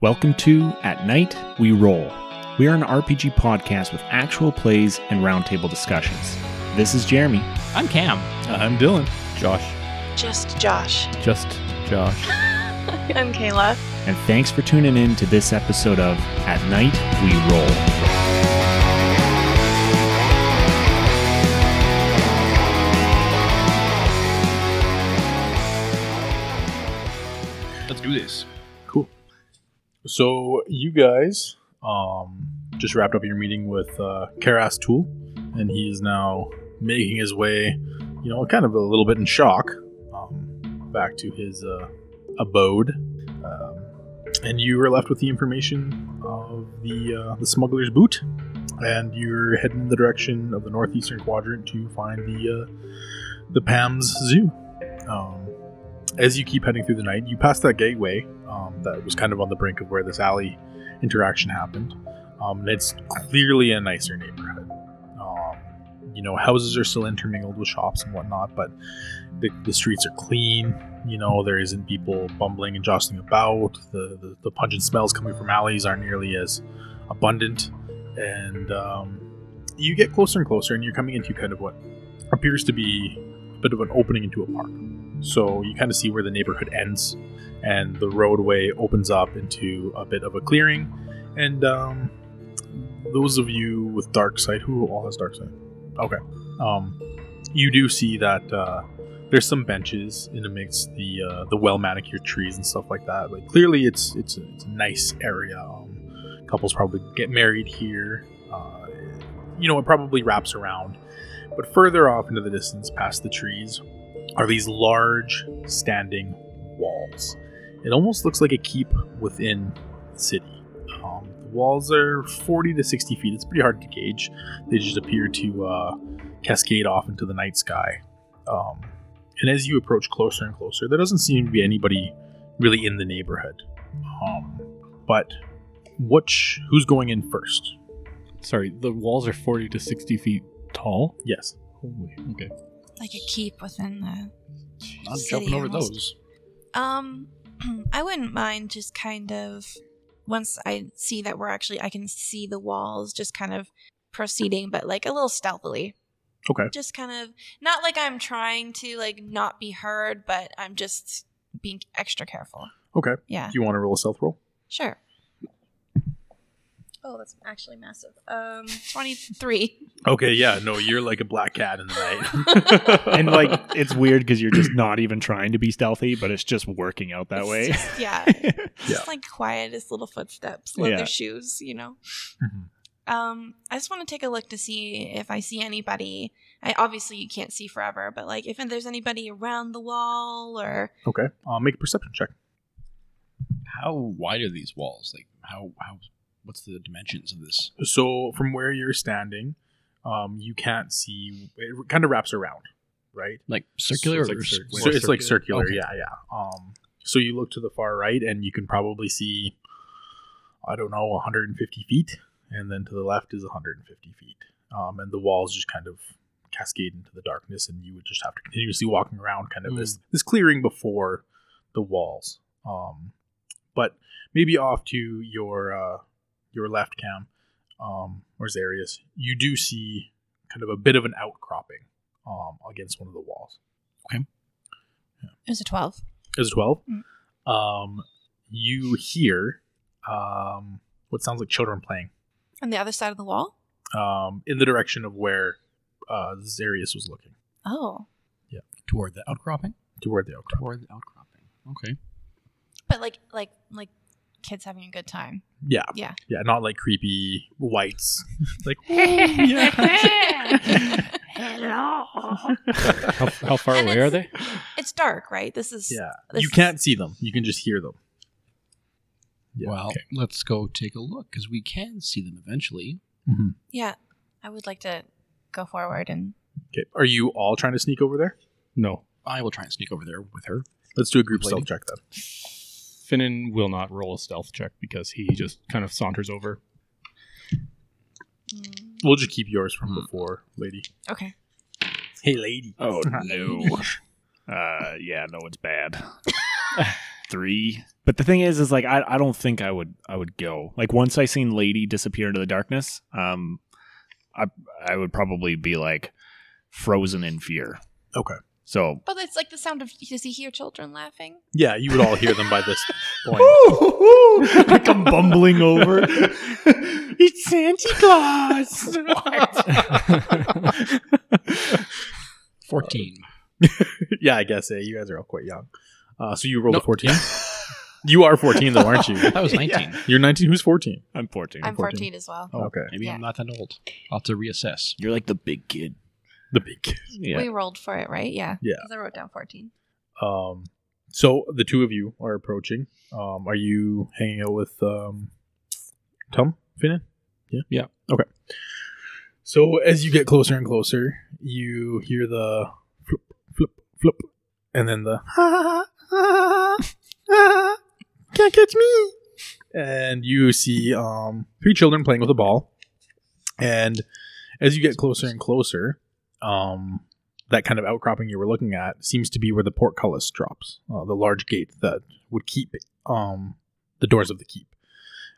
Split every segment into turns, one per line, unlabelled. Welcome to At Night We Roll. We are an RPG podcast with actual plays and roundtable discussions. This is Jeremy.
I'm Cam.
I'm Dylan.
Josh.
Just Josh.
Just Josh.
I'm Kayla.
and thanks for tuning in to this episode of At Night We Roll.
Let's do this.
Cool.
So you guys um, just wrapped up your meeting with uh, Karas Tool, and he is now making his way, you know, kind of a little bit in shock, um, back to his uh, abode. Um, and you are left with the information of the uh, the smuggler's boot, and you're heading in the direction of the northeastern quadrant to find the uh, the Pam's Zoo. Um, as you keep heading through the night, you pass that gateway um, that was kind of on the brink of where this alley interaction happened. Um, and it's clearly a nicer neighborhood. Um, you know, houses are still intermingled with shops and whatnot, but the, the streets are clean. You know, there isn't people bumbling and jostling about. The, the, the pungent smells coming from alleys aren't nearly as abundant. And um, you get closer and closer, and you're coming into kind of what appears to be a bit of an opening into a park. So you kind of see where the neighborhood ends, and the roadway opens up into a bit of a clearing. And um, those of you with dark sight, who all has dark sight? Okay. Um, you do see that uh, there's some benches in amidst the uh, the well manicured trees and stuff like that. Like clearly, it's it's a, it's a nice area. Um, couples probably get married here. Uh, you know, it probably wraps around. But further off into the distance, past the trees, are these large standing walls. It almost looks like a keep within the city. Um, the walls are 40 to 60 feet. It's pretty hard to gauge. They just appear to uh, cascade off into the night sky. Um, and as you approach closer and closer, there doesn't seem to be anybody really in the neighborhood. Um, but which who's going in first?
Sorry, the walls are 40 to 60 feet tall.
Yes.
Holy, okay.
Like a keep within the.
I'm
city
jumping over
almost.
those.
Um, I wouldn't mind just kind of once I see that we're actually I can see the walls, just kind of proceeding, but like a little stealthily.
Okay.
Just kind of not like I'm trying to like not be heard, but I'm just being extra careful.
Okay.
Yeah.
Do you want to roll a stealth roll?
Sure. Oh, that's actually massive. Um, twenty-three.
Okay, yeah, no, you're like a black cat in the
And like, it's weird because you're just not even trying to be stealthy, but it's just working out that
It's
way.
just- yeah.
Yeah.
Just like quietest little footsteps, leather
Yeah.
shoes, you know.
Mhm.
Um, I just want to take a look to see if I see anybody. I obviously you can't see forever, but like if there's anybody around the wall or
okay, uh, make a perception check.
How wide are these walls? Like how how what's the dimensions of this?
So from where you're standing, um, you can't see. It kind of wraps around, right?
Like circular
So
or
it's like
s-
cir-
So
more
it's like circular,
Okay.
yeah, yeah. Um, so you look to the far right, and you can probably see, I don't know, 150 feet, and then to the left is 150 feet, um, and the walls just kind of cascade into the darkness, and you would just have to continuously walking around, kind of this this clearing before the walls. Um, but maybe off to your uh, your left cam, um, or Zarius, you do see kind of a bit of an outcropping um, against one of the walls.
it was a twelve.
Is it 12. Um, you hear um, what sounds like children playing
On the other side of the wall?
um, in the direction of where uh, Zarius was looking,
Oh.
toward the outcropping.
toward the outcrop.
Toward the outcropping. Okay.
But like like like kids having a good time.
Yeah.
Yeah.
Yeah, not like creepy whites. like,
How, how far
And
away are they?
it's- It's dark, right? This is
yeah.
this
You
is-
can't see them. You can just hear them. Yeah,
well,
okay.
let's go take a look because we can see them eventually.
Mhm.
Yeah. I would like to go forward and
Okay. Are you all trying to sneak over there?
No.
I will try and sneak over there with her.
Let's do a group
Lady.
stealth check then.
Finnan will not roll a stealth check because he just kind of saunters over.
Mm,
We'll just keep yours from
Hmm.
before, lady. Uh-huh.
Okay.
Hey, lady.
Oh no. uh yeah, no, it's bad. Three, But the thing is, is like I, I don't think I would I would go. Like once I seen Lady disappear into the darkness, um, I I would probably be like frozen in fear.
Okay.
So
But it's like the sound of does he hear children laughing?
Yeah, you would all hear them by this point.
I come bumbling over. it's Santa Claus.
Fourteen.
yeah, I guess. Yeah, you guys are all quite young. Uh, so you rolled
No.
a 14. you are 14, though, aren't you?
That was nineteen.
You're 19. Who's 14?
I'm 14.
I'm
14.
14, as well.
okay.
Maybe
Yeah.
I'm not that old. I'll have to reassess.
You're like the big kid.
The big kid.
Yeah.
We rolled for it, right? Yeah.
Yeah.
'Cause I wrote down 14.
Um, so the two of you are approaching. Um, are you hanging out with um, Tom Finnan? Yeah.
Yeah.
Okay. So as you get closer and closer, you hear the flip, flip, flip, and then the ah, ah, ah, can't catch me. And you see um, three children playing with a ball. And as you get closer and closer, um, that kind of outcropping you were looking at seems to be where the portcullis drops, uh, the large gate that would keep um, the doors of the keep.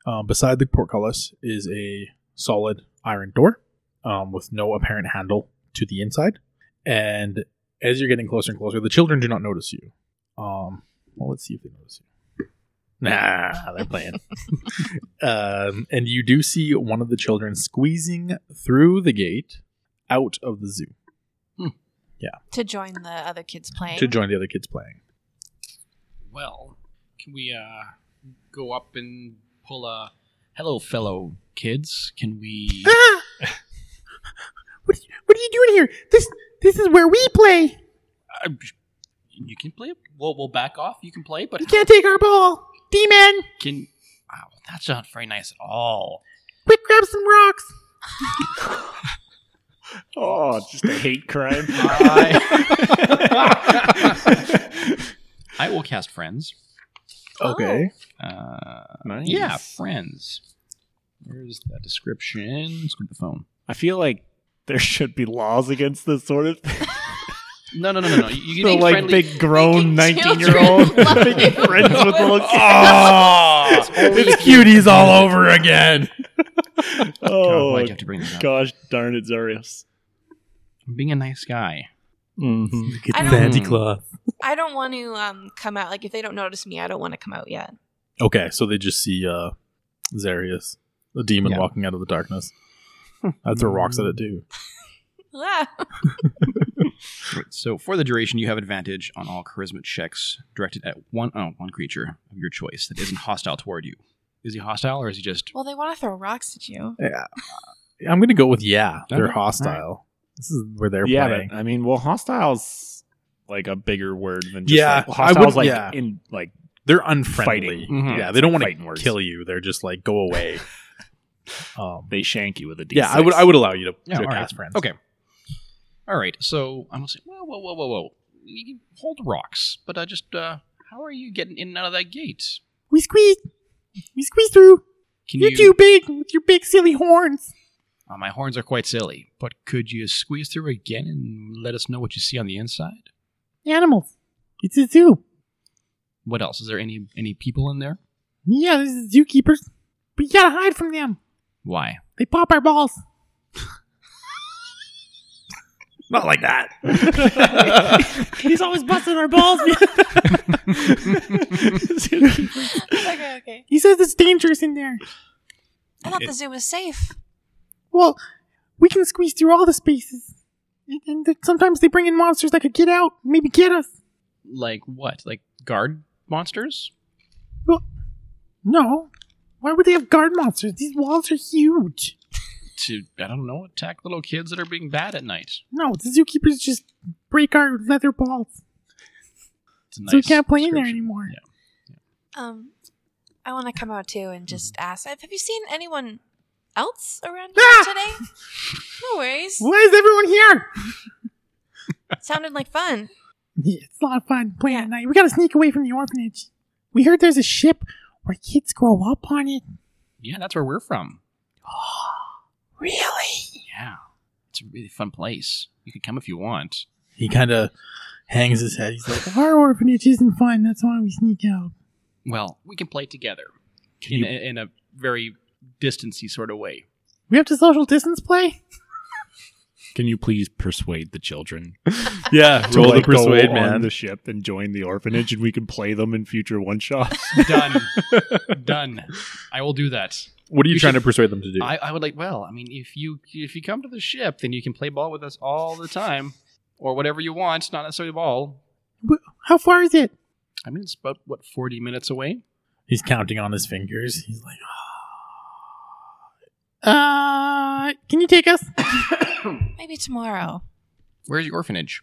Um, beside the portcullis is a solid iron door um, with no apparent handle to the inside. And as you're getting closer and closer, the children do not notice you. Um, well, let's see if they notice you. Nah, they're playing. um, and you do see one of the children squeezing through the gate out of the zoo.
To join the other kids playing.
to join the other kids playing.
Well, can we uh, go up and pull a hello, fellow kids? Can we? uh,
What are, you, what are you doing here? This this is where we play.
Uh, you can play. We'll we'll back off. You can play, but
You can't take our ball, demon.
can. Wow, that's not very nice at all.
Quick, grab some rocks.
Oh, just a hate crime.
I, I will cast friends.
Oh,
Okay.
Uh,
Nice.
Yeah, friends. Where's that description? Let's go to the phone.
I feel like there should be laws against this sort of thing.
No, no, no, no, no. You you
So,
need
like
friendly.
big grown
Making
19 year
children
old
love
making
you.
friends with the little Ah!
Oh, it's cuties all over again.
God,
Oh,
why'd you have to bring that up?
gosh darn it, Zarius.
I'm being a nice guy.
Mm-hmm.
Look
I
at
don't-
Santa Claus.
I don't want to um, come out. Like, if they don't notice me, I don't want to come out yet.
Okay, so they just see uh Zarius, the demon,
Yeah. Hmm.
walking out of the darkness. I'd throw rocks at it too.
Ah.
Right, so for the duration, you have advantage on all charisma checks directed at one oh, one creature of your choice that isn't hostile toward you. Is he hostile or is he just?
Well, they want to throw rocks at you.
Yeah, I'm gonna go with yeah. They're
Okay,
hostile. This is where they're
yeah,
playing.
but I mean, well, hostiles like a bigger word than just
Yeah,
like,
I
hostiles
wouldn't-
like
yeah.
in like
they're unfriendly.
Fighting.
Mhm.
Yeah, they don't want
Fighting words.
to kill you. They're just like go away. um,
they shank you with a D6.
yeah, I would I would allow you to,
Yeah,
to
all right.
cast friends.
Okay. All right. So I'm gonna say, whoa, whoa, whoa, whoa, whoa. You can hold rocks, but I just, uh, how are you getting in and out of that gate?
we squeeze, we squeeze through.
Can
big with your big silly horns.
Uh, my horns are quite silly, but could you squeeze through again and let us know what you see on the inside?
Animals. It's a zoo.
What else? Is there any any people in there?
Yeah, this is zookeepers. But you gotta hide from them.
Why?
They pop our balls. Not like that. He's always busting our balls.
okay, okay.
he says it's dangerous in there.
I thought the zoo was safe.
Well, we can squeeze through all the spaces. And- And th- sometimes they bring in monsters that could get out, maybe get us.
Like what? Like guard monsters?
No. Why would they have guard monsters? These walls are huge.
To I don't know, attack little kids that are being bad at night.
No, the zookeepers just break our leather balls.
It's a nice
so we can't play in there
description.
anymore.
Yeah.
Um, I want to come out too and just ask. Have have you seen anyone else around
Ah!
here today? No worries.
Why is everyone here?
Sounded like fun.
Yeah, it's a lot of fun playing at night. We gotta sneak away from the orphanage. We heard there's a ship where kids grow up on it.
Yeah, that's where we're from.
Really?
Yeah. It's a really fun place. You could come if you want.
He kind of hangs his head. He's like, Our orphanage isn't fun. That's why we sneak out.
Well, we can play together
Can
in,
you-
a, in a very distancy sort of way.
We have to social distance play.
Can you please persuade the children
Yeah,
to, like, go on the ship and join the orphanage, and we can play them in future one shots?
Done. Done. I will do that.
What are you
We
trying
should-
to persuade them to do?
I, I would like. Well, I mean, if you if you come to the ship, then you can play ball with us all the time, or whatever you want. Not necessarily ball.
How far is it?
I mean, it's about what forty minutes away.
He's counting on his fingers. He's like, uh, can you take us?
Maybe tomorrow.
Where's the orphanage?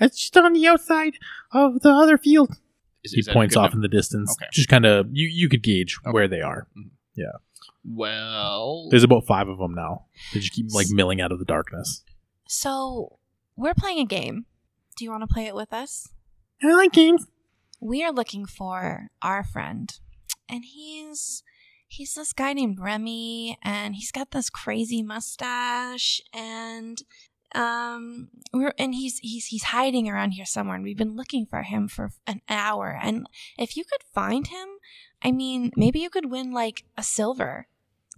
It's just on the outside of the other field.
Is,
He
is that
points
good
off
enough?
in the distance.
Okay.
Just kind of you you could gauge
Okay.
where they are.
Well,
There's about five of them now. They just keep like milling out of the darkness.
So we're playing a game. Do you want to play it with us?
I like games.
We are looking for our friend, and he's he's this guy named Remy, and he's got this crazy mustache, and um, we're and he's he's he's hiding around here somewhere, and we've been looking for him for an hour, and if you could find him, I mean, maybe you could win like a silver.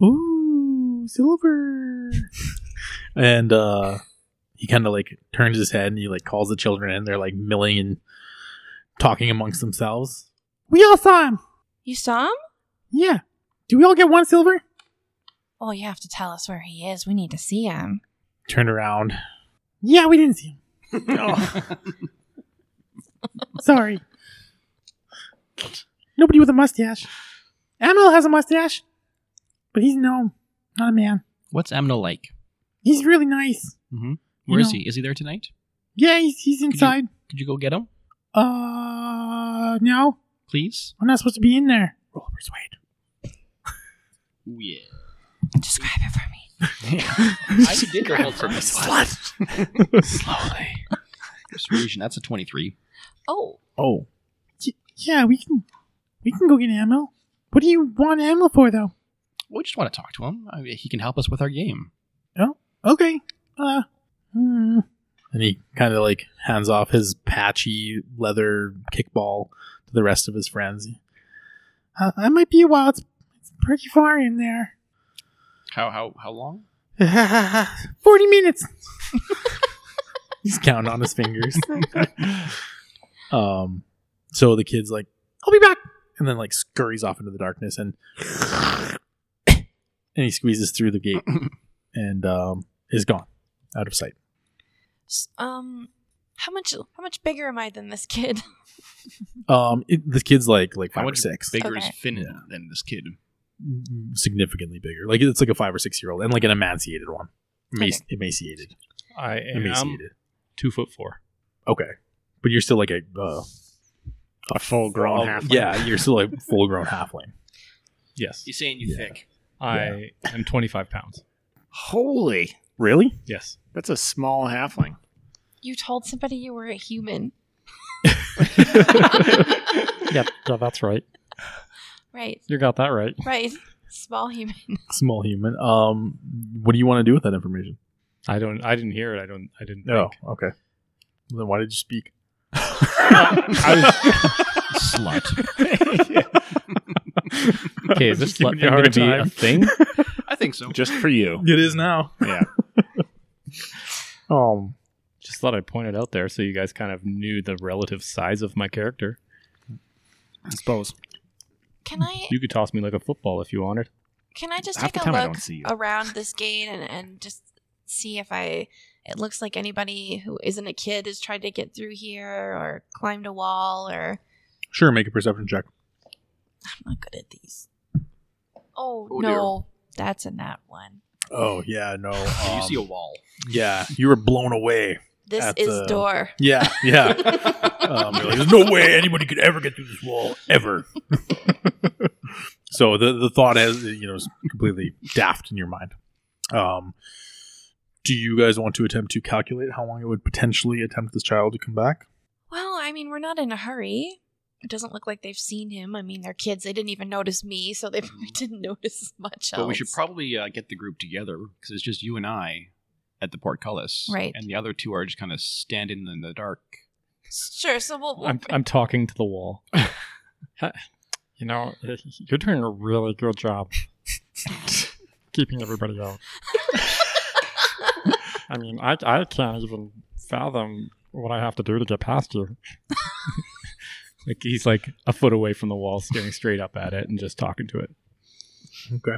Ooh, silver. and uh he kind of like turns his head and he like calls the children in. They're like milling and talking amongst themselves. We all saw him.
You saw him?
Yeah. Do we all get one silver?
Oh, you have to tell us where he is. We need to see him.
Turn around. Yeah, we didn't see him. Sorry. Nobody with a mustache. Amel has a mustache, but he's a gnome, not a man.
what's Amno like?
He's really nice.
Where is
know-
he? Is he there tonight?
Yeah, he's, he's inside.
Could you go get him,
Uh, no,
please?
we're not supposed to be in there. Roll persuade.
Yeah.
Describe it for me.
I did the whole time.
Slowly.
Persuasion. That's a twenty-three.
Oh,
Oh. Y- yeah, we can, we can go get Amel. What do you want Amel for, though?
We just want to talk to him. I mean, he can help us with our game.
okay. Uh, hmm. And he kind of like hands off his patchy leather kickball to the rest of his friends. Uh, that might be a while. It's, it's pretty far in there.
How how how long?
40 minutes. He's counting on his fingers. um, so the kid's like, I'll be back. And then like scurries off into the darkness and and he squeezes through the gate and um, is gone out of sight.
s- um, how much how much bigger am I than this kid?
Um, it, the kid's like like
How
five or
much
six,
bigger
Okay.
is Finn
Yeah.
than this kid?
Mm, significantly bigger. Like it's like a five or six year old, and like an emaciated one, Emac-
Okay.
emaciated,
I am
emaciated.
two foot four.
Okay, but you're still like a uh,
A full grown
uh,
half.
Yeah, you're still a full grown halfling.
Yes,
He's saying
Yeah.
thick.
I am twenty five pounds.
Holy.
Really?
Yes,
That's a small halfling.
You told somebody you were a human,
yeah, no, that's right.
right?
You got that right.
Right, small human.
Small human. Um, what do you want to do with that information?
I don't. I didn't hear it. I don't. I didn't. think.
Oh, okay. Well, then why did you speak?
Slut.
Okay, is this slut thing going to be a thing?
I think so.
Just for you.
It is now.
Yeah.
Um.
Just thought I'd point it out there so you guys kind of knew the relative size of my character.
I suppose.
Can I
You could toss me like a football if you wanted.
can I just
Half
take
the
a
time I
look
don't see you.
around this gate and and just see if I it looks like anybody who isn't a kid has tried to get through here or climbed a wall or
Sure. Make a perception check.
I'm not good at these. Oh,
Oh, dear.
no, that's a nat one.
Oh yeah, no.
you
um,
see a wall.
yeah, you were blown away.
This
That's
is
a-
door.
Yeah, yeah. um, you're like, There's no way anybody could ever get through this wall ever. so the the thought has you know is completely daft in your mind. Um, do you guys want to attempt to calculate how long it would potentially attempt this child to come back?
Well, I mean, we're not in a hurry. It doesn't look like they've seen him. I mean, they're kids. They didn't even notice me, so they probably didn't notice much else.
But we should probably uh, get the group together because it's just you and I at the portcullis,
Right.
And the other two are just kind of standing in the dark.
Sure, so we'll. we'll
I'm, I'm talking to the wall. Hi-
You know, you're doing a really good job keeping everybody out. I mean, I, I can't even fathom what I have to do to get past you.
Like he's like a foot away from the wall, staring straight up at it and just talking to it.
Okay.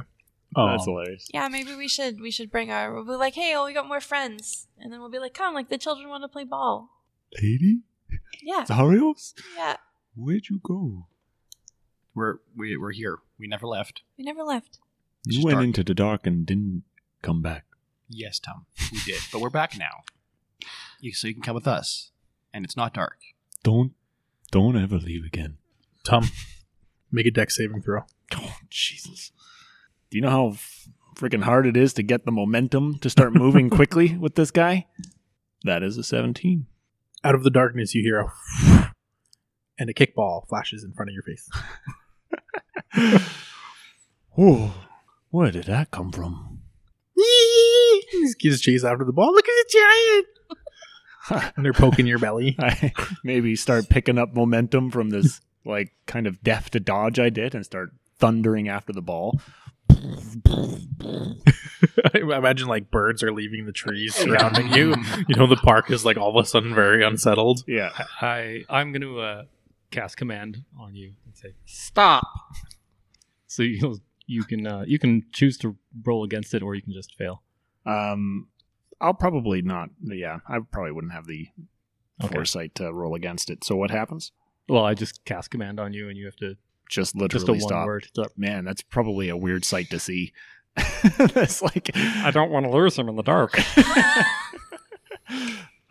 That's
Um,
hilarious.
Yeah, maybe we should we should bring our we'll be like, hey, oh, we got more friends, and then we'll be like, come, like the children want to play ball.
Lady?
Yeah,
Zarios?
yeah.
Where'd you go?
We're we, we're here. We never left.
We never left.
you
It's just
went
dark.
into the dark and didn't come back.
Yes, Tom, we did, but we're back now. You, so you can come with us, and it's not dark.
Don't don't ever leave again.
Tom, make a deck saving throw.
Oh Jesus. Do you know how f- freaking hard it is to get the momentum to start moving quickly with this guy? That is a 17.
Out of the darkness, you hear a and a kickball flashes in front of your face.
Whoa. Where did that come from?
These kids chase after the ball. Look at the giant! and they're poking your belly.
I maybe start picking up momentum from this like kind of death to dodge I did and start thundering after the ball.
I imagine like birds are leaving the trees surrounding you. You know, the park is like all of a sudden very unsettled.
Yeah.
I I'm gonna uh, cast command on you and say
Stop.
so you you can uh, you can choose to roll against it or you can just fail.
Um I'll probably not yeah, I probably wouldn't have the
Okay.
foresight to roll against it. So what happens?
Well, I just cast command on you and you have to
Just
just a
literally
one
stop.
word. Yep.
Man, that's probably a weird sight to see. that's like
I don't want to lose him in the dark.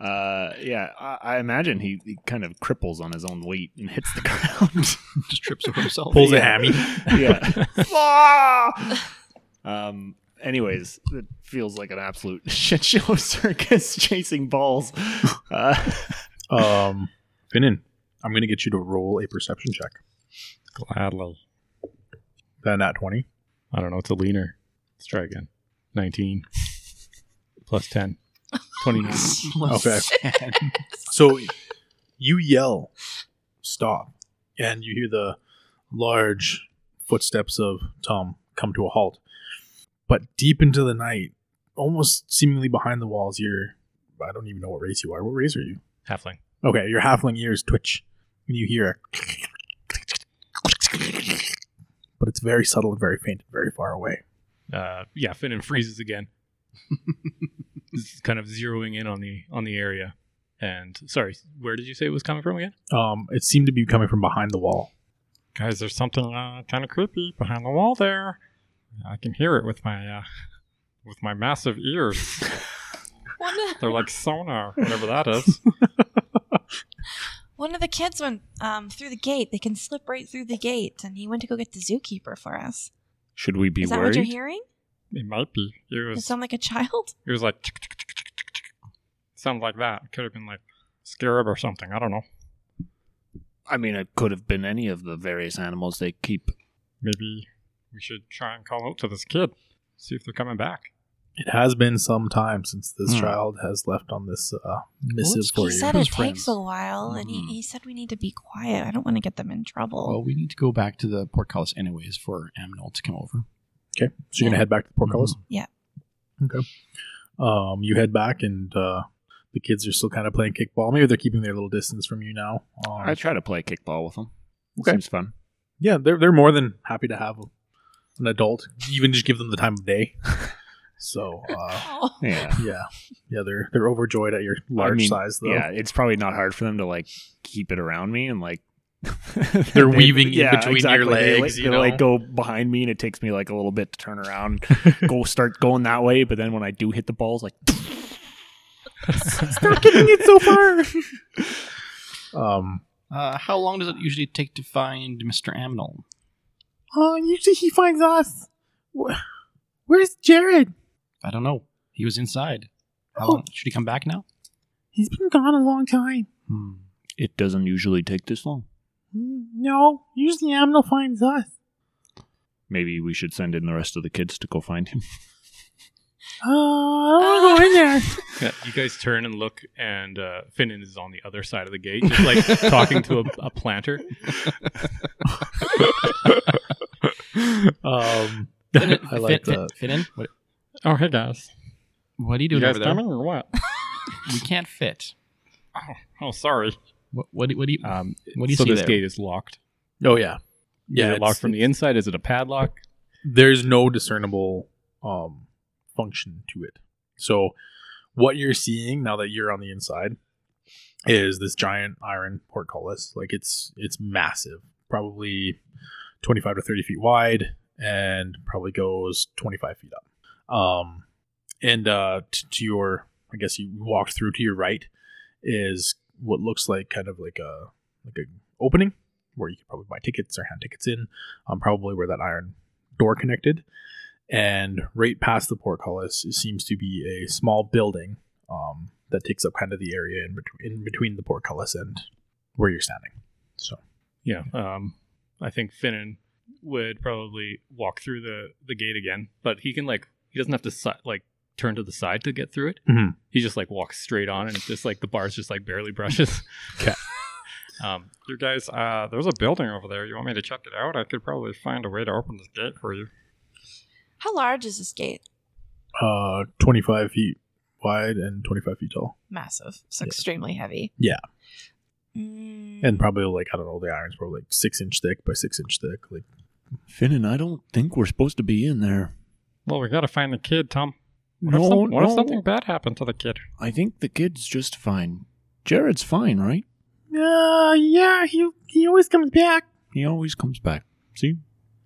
uh yeah, I, I imagine he, he kind of cripples on his own weight and hits the ground.
Just trips over himself.
Pulls a hammy.
yeah. Ah! um. Anyways, it feels like an absolute shit show of circus chasing balls. Uh,
Um, Finnan, I'm going to get you to roll a perception check.
Gladly.
That not 20.
I don't know. It's a leaner. Let's try again. Nineteen plus ten. Twenty nine.
Oh,
Okay. So you yell, stop, and you hear the large footsteps of Tom come to a halt. But deep into the night, almost seemingly behind the walls, you're. I don't even know what race you are. What race are you?
Halfling.
Okay, your halfling ears twitch when you hear a. But it's very subtle and very faint and very far away.
Uh, yeah, Finnan freezes again. This is kind of zeroing in on the on the area. And sorry, where did you say it was coming from again?
Um, it seemed to be coming from behind the wall.
Guys, there's something uh, kind of creepy behind the wall there. I can hear it with my uh, with my massive ears.
One of,
They're like sonar, whatever that is.
one of the kids went um, through the gate. They can slip right through the gate, and he went to go get the zookeeper for us.
Should we be
Is that what you're hearing?
It might be. It
Does it
was
sound like a child?
it was like tick, tick, tick, tick, tick, tick. sound like that. It could have been like scarab or something. I don't know.
I mean, it could have been any of the various animals they keep.
Maybe we should try and call out to this kid. See if they're coming back.
It has been some time since this
Hmm.
child has left on this uh, missive
Well,
for
He
you.
said it takes a while, and he,
Mhm.
he said we need to be quiet. I don't want to get them in trouble.
Well, we need to go back to the portcullis anyways for Amnol to come over.
Okay, so you're gonna head back to the portcullis.
Yeah.
Okay. Um, you head back, and uh, the kids are still kind of playing kickball. Maybe they're keeping their little distance from you now. Um,
I try to play kickball with them.
Okay.
Seems fun.
yeah, they're they're more than happy to have an adult. You even just give them the time of day. so uh,
Oh,
Yeah.
yeah, yeah, they're they're overjoyed at your large
mean,
size, though.
Yeah. It's probably not hard for them to like keep it around me and like.
They're weaving in between your
They, like,
legs, you
they, like
know?
go behind me, and it takes me like a little bit to turn around, go start going that way. But then when I do hit the balls, like
Stop kicking it so far. um.
Uh, how long does it usually take to find Mr. Amnol?
Oh, usually he finds us. Where's Jared?
I don't know. He was inside. How
Oh.
long? Should he come back now?
He's been gone a long time.
Hmm.
it doesn't usually take this long.
No, usually Amno finds us.
Maybe we should send in the rest of the kids to go find him.
Uh, I
wanna go in
there.
Yeah, you guys turn and look, and uh, Finnan is on the other side of the gate, just like talking to a, a planter.
Um,
Finn,
I like
Finn,
that.
Finn in? What,
Oh, hey guys.
what are you
You
doing
guys
over there?
coming or what?
We can't fit.
Oh, sorry.
What, what, do- what do you?
Um,
What do you
so
see
this
there?
gate is locked.
Oh yeah, yeah.
is it
it's-
locked from the inside? Is it a padlock?
there's no discernible um, function to it. So, what you're seeing now that you're on the inside is this giant iron portcullis. Like it's it's massive, probably 25 to 30 feet wide, and probably goes 25 feet up. Um, and uh, t- to your, I guess you walked through to your right is what looks like kind of like a like a opening where you could probably buy tickets or hand tickets in. Um, probably where that iron door connected. And right past the portcullis seems to be a small building um, that takes up kind of the area in, betw- in between the portcullis and where you're standing. So,
Yeah. Um, I think Finnan would probably walk through the the gate again, but he can like he doesn't have to si- like turn to the side to get through it.
Mm-hmm.
Mhm.
He just like walks straight on, and it's just like the bars just like barely brushes.
Okay.
um,
You guys, uh, there's a building over there. You want me to check it out? I could probably find a way to open this gate for you.
How large is this gate?
uh, 25 feet wide and 25 feet tall.
Massive. It's
Yeah.
extremely heavy.
Yeah.
Mm,
And probably like, I don't know, the iron's probably like six inch thick by six inch thick. Like,
Finn and I don't think we're supposed to be in there.
Well, we gotta find the kid, Tom. What, if,
no,
some- what
no.
if something bad happened to the kid?
I think the kid's just fine. Jared's fine, right?
uh, yeah, he, he always comes back.
He always comes back. See?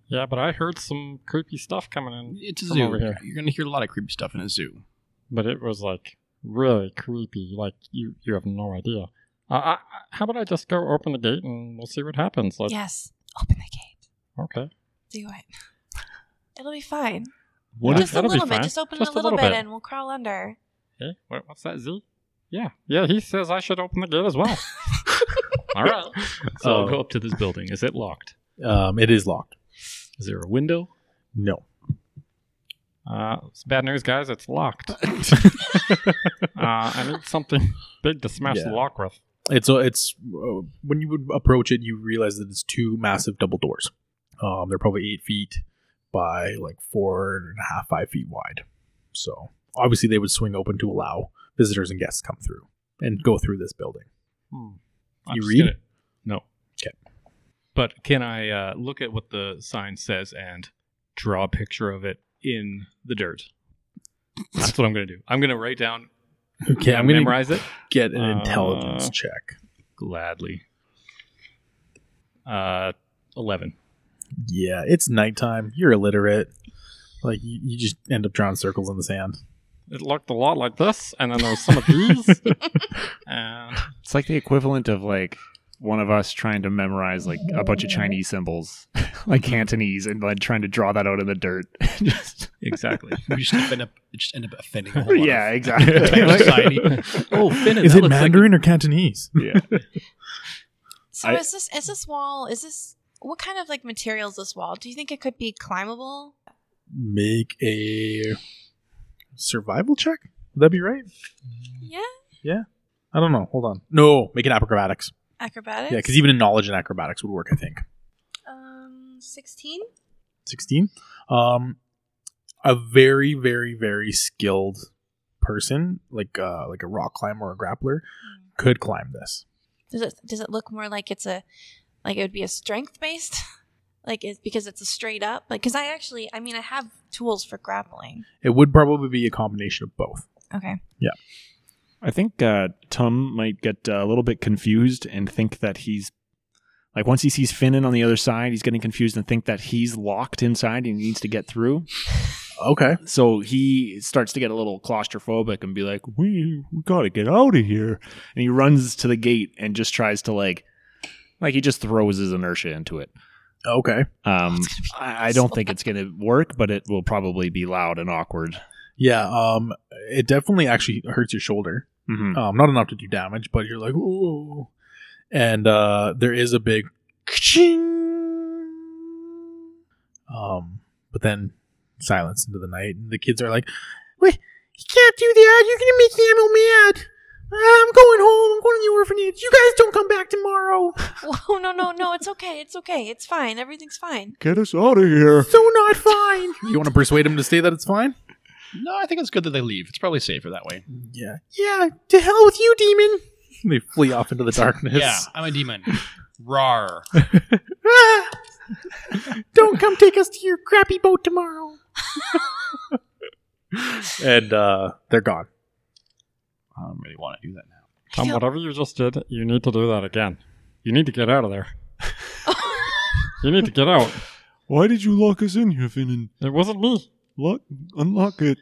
Yeah, but I heard some creepy stuff coming in,
It's a
Come
zoo.
over here.
You're gonna hear a lot of creepy stuff in a zoo.
but it was like really creepy. Like you, you have no idea. Uh, I, I- how about I just go open the gate and we'll see what happens? Like,
yes. Open the gate.
okay,
Do it. It'll be fine.
What
just
if-
a
that'll be
little bit.
fine.
Just open it
Just
a
a
little,
little
bit
bit.
and we'll crawl under.
hey, what, what's that Z? Yeah, yeah. He says I should open the gate as well. All right.
so I'll
Uh,
go up to this building. Is it locked?
Um, it is locked.
Is there a window?
No.
Uh, it's bad news, guys. It's locked. uh, I need something big to smash the
Yeah.
lock with.
It's uh, it's uh, when you would approach it, you realize that it's two massive double doors. Um, they're probably eight feet by like four and a half, five feet wide. So obviously they would swing open to allow visitors and guests come through and go through this building.
Hmm.
You
just
read?
gonna- No.
'Kay.
But can I uh, look at what the sign says and draw a picture of it in the dirt? That's what I'm going to do. I'm going to write down,
Okay,
I'm
I'm gonna
memorize it
get an
Uh,
intelligence check.
gladly. Uh, eleven.
Yeah, it's nighttime. You're illiterate. Like you, you just end up drawing circles in the sand.
It looked a lot like this, and then there was some of these. and
It's like the equivalent of like one of us trying to memorize like a bunch of Chinese symbols, like Cantonese, and like trying to draw that out in the dirt. Just-
Exactly.
We just end up just end up offending. A whole lot
yeah,
of-
exactly.
Society. Oh, Finn,
Is
that
it
looks like
Mandarin or Cantonese?
yeah.
So
I-
is this is this wall is this what kind of like material is this wall? Do you think it could be climbable?
Make a survival check. Would that be right?
Yeah,
I don't know. Hold on. No, make an acrobatics.
acrobatics.
Yeah, because even in knowledge and acrobatics would work, I think.
um sixteen.
16. Um, a very, very, very skilled person, like uh, like a rock climber or a grappler, could climb this.
Does it does it look more like it's a like it would be a strength based? like it's because it's a straight up. Like because I actually I mean I have tools for grappling.
It would probably be a combination of both.
Okay.
I think uh, Tom might get uh, a little bit confused and think that he's like once he sees Finnan on the other side, he's getting confused and think that he's locked inside and he needs to get through.
Okay.
So he starts to get a little claustrophobic and be like, "We we gotta get out of here!" And he runs to the gate and just tries to like, like he just throws his inertia into it.
Okay.
Um, I, I don't think it's gonna work, but it will probably be loud and awkward.
Yeah. Um, it definitely actually hurts your shoulder.
Mm-hmm.
Um, not enough to do damage, but you're like, ooh. And uh, there is a big ka-ching. Um, but then silence into the night, and the kids are like, "Wait, you can't do that! You're gonna make the animal mad!" I'm going home. I'm going to the orphanage. You guys don't come back tomorrow.
Whoa, Oh, no, no, no. It's okay. It's okay. It's fine. Everything's fine.
Get us out of here.
So not fine. You want to persuade him to say that it's fine?
No, I think it's good that they leave. It's probably safer that way.
Yeah. Yeah. To hell with you, demon. They flee off into the darkness.
Yeah, I'm a demon. Rar.
Ah! don't come take us to your crappy boat tomorrow. and uh, they're gone.
I don't really want to do that now.
I
Tom,
feel-
whatever you just did, you need to do that again. You need to get out of there. You need to get out.
Why did you lock us in here, Finnan?
It wasn't me.
Lock, unlock it.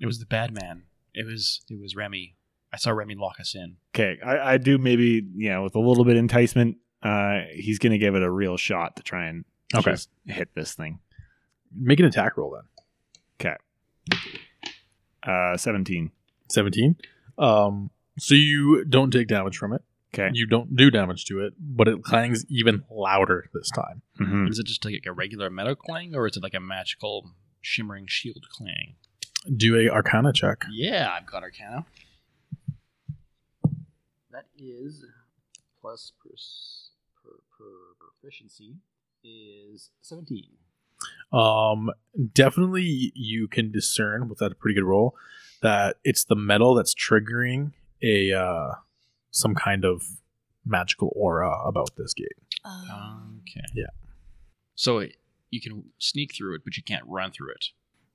It was the bad man. It was it was Remy. I saw Remy lock us in.
Okay, I, I do maybe yeah with a little bit enticement. Uh, he's gonna give it a real shot to try and
Okay.
just hit this thing.
Make an attack roll then.
Uh, seventeen.
17. Um, so you don't take damage from it.
Okay.
You don't do damage to it, but it clangs even louder this time.
Mhm.
Is it just like a regular metal clang, or is it like a magical shimmering shield clang?
Do a arcana check.
Yeah, I've got Arcana. That is plus pers- per, per proficiency is seventeen.
Um, definitely you can discern with that pretty good roll that it's the metal that's triggering a uh, some kind of magical aura about this gate.
Um,
Okay.
Yeah.
So it, you can sneak through it, but you can't run through it.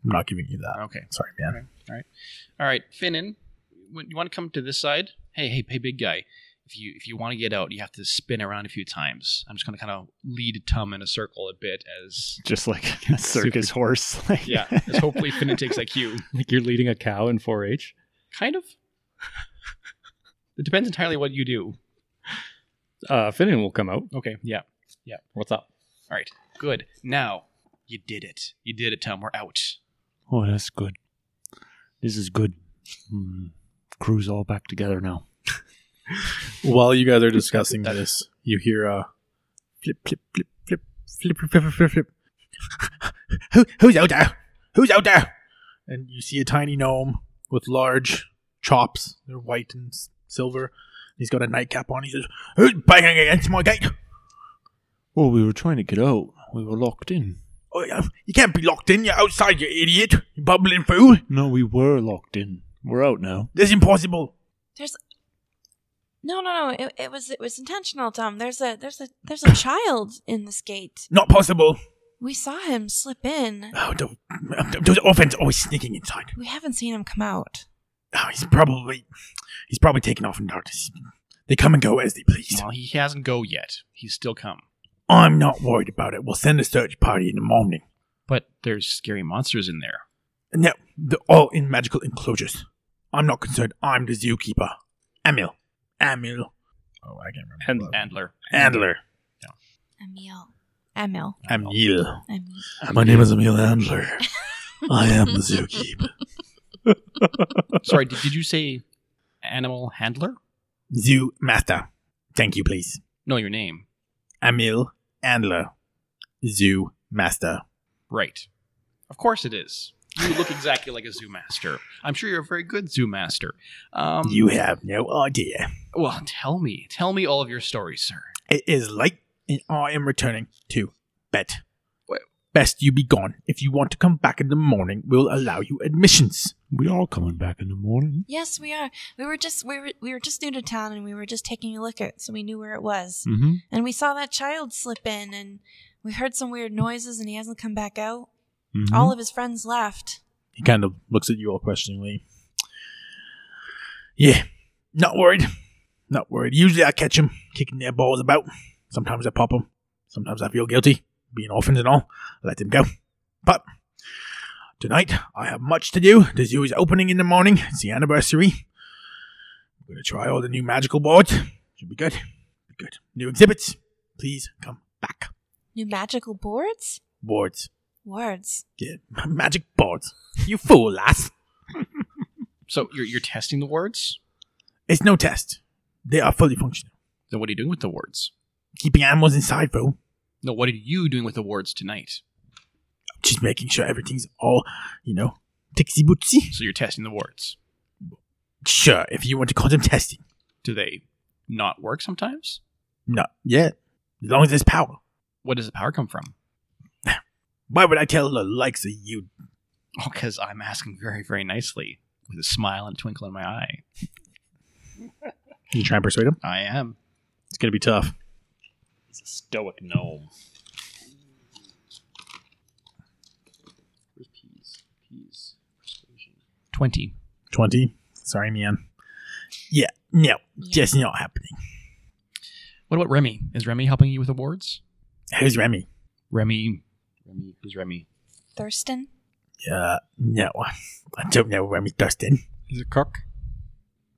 I'm not giving you that.
Okay.
Sorry, man.
All right, Finnan, when you want to come to this side? Hey, hey, hey, big guy. If you if you want to get out, you have to spin around a few times. I'm just going to kind of lead Tum in a circle a bit as
Just like a circus horse. like-
yeah, as hopefully Finnan takes that cue.
Like you're leading a cow in 4-H.
Kind of. It depends entirely what you do.
Uh, Finnan will come out.
Okay. Yeah.
What's up?
All right. Good. Now you did it. You did it, Tum. We're out.
Oh, that's good. This is good. Mm. Crew's all back together now.
While you guys are discussing this, you hear uh, a flip, flip, flip, flip, flip, flip, flip, flip, flip. Who, who's out there? Who's out there? And you see a tiny gnome with large chops. They're white and s- silver. He's got a nightcap on. He says, "Who's banging against my gate?"
Well, we were trying to get out. We were locked in.
Oh, yeah. You can't be locked in. You're outside, you idiot. You bubbling fool.
No, we were locked in. We're out now.
That's impossible.
No, no, no. It, it was it was intentional, Tom. There's a there's a there's a child in this gate.
Not possible.
We saw him slip in.
Oh, the, the, the offense always oh, sneaking inside.
We haven't seen him come out.
Oh, he's probably, he's probably taken off in darkness. They come and go as they please.
Well, he hasn't go yet. He's still come.
I'm not worried about it. We'll send a search party in the morning.
But there's scary monsters in there.
No, they're all in magical enclosures. I'm not concerned. I'm the zookeeper. Emil. Emil. Oh, I can't
remember.
Antler.
Andler.
Emil. Emil.
Emil.
Emil.
My name is Emil Andler. I am the zookeeper.
Sorry, did, did you say animal handler?
Zoo master. Thank you, please.
No, your name.
Emil Andler, Zoo Master.
Right. Of course it is. You look exactly like a zoo master. I'm sure you're a very good zoo master. Um,
You have no idea.
well, tell me, tell me all of your stories, sir.
It is late, and I am returning to bed.
Wait.
Best you be gone. If you want to come back in the morning, we'll allow you admissions.
We are coming back in the morning.
Yes, we are. We were just we were we were just new to town and we were just taking a look at so we knew where it was.
Mm-hmm.
And we saw that child slip in and we heard some weird noises and he hasn't come back out.
Mm-hmm.
All of his friends left.
He kind of looks at you all questioningly. Yeah, not worried. Not worried. Usually I catch them kicking their balls about. Sometimes I pop them. Sometimes I feel guilty, being orphans and all. I let them go. But tonight I have much to do. The zoo is opening in the morning. It's the anniversary. I'm going to try all the new magical boards. Should be good. Be good. New exhibits. Please come back.
New magical boards?
Boards.
Words.
Yeah, magic boards. You fool, lass.
So you're, you're testing the words?
It's no test. They are fully functional.
Then what are you doing with the words?
Keeping animals inside, though.
No, what are you doing with the words tonight?
Just making sure everything's all, you know, tixy bootsy.
So you're testing the words.
Sure, if you want to call them testing.
Do they not work sometimes?
Not yet. As long as there's power.
Where does the power come from?
Why would I tell the likes of you?
Oh, because I'm asking very, very nicely with a smile and a twinkle in my eye.
You try and persuade him?
I am.
It's going to be tough.
It's a stoic gnome.
Where's peas? Peas. Persuasion. 20.
20. Sorry, man. Yeah, no,
Yeah.
just not happening.
What about Remy? Is Remy helping you with awards?
Who's Remy?
Remy. Remy. Who's Remy?
Thurston?
Uh, no. I don't know Remy Dustin.
He's a cook.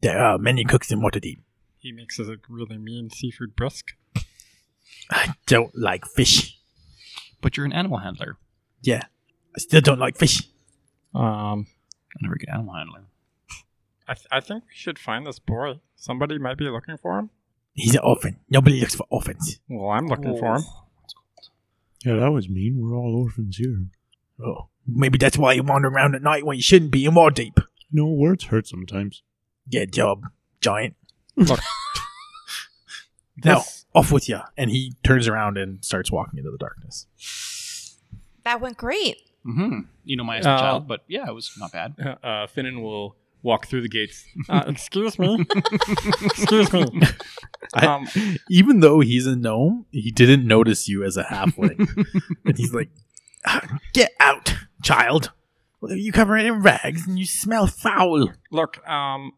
There are many cooks in Waterdeep.
He makes a really mean seafood brisk.
I don't like fish.
But you're an animal handler.
Yeah. I still don't like fish.
Um,
I never get animal handler.
I, th- I think we should find this boy. Somebody might be looking for him.
He's an orphan. Nobody looks for orphans.
Well, I'm looking for him.
Yeah, that was mean. We're all orphans here.
Oh. Maybe that's why you wander around at night when you shouldn't be in Waterdeep.
No words hurt sometimes.
Good job, giant.
This,
Off with ya. And he turns around and starts walking into the darkness.
That went great.
Mm-hmm. You know my as a
Uh,
child, but yeah, it was not bad.
Uh, uh, Finnan will walk through the gates.
uh, excuse me. excuse me.
I-
Um,
Even though he's a gnome, he didn't notice you as a halfling. and he's like, "Ah, Get out, child. You cover it in rags and you smell foul.
look, um,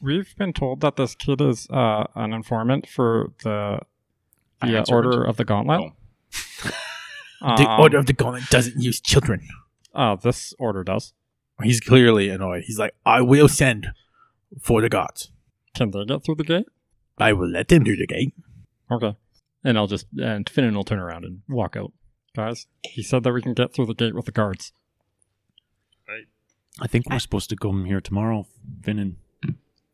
we've been told that this kid is uh, an informant for the,
Iron
the uh,
Serpent?
Order of the Gauntlet.
The
Um,
Order of the Gauntlet doesn't use children.
uh, this order does.
He's clearly annoyed. He's like, I will send for the gods.
Can they get through the gate?
I will let them do the gate.
Okay. And I'll just and Finnan will turn around and walk out. Guys, he said that we can get through the gate with the guards.
I think we're supposed to come here tomorrow, Finnan.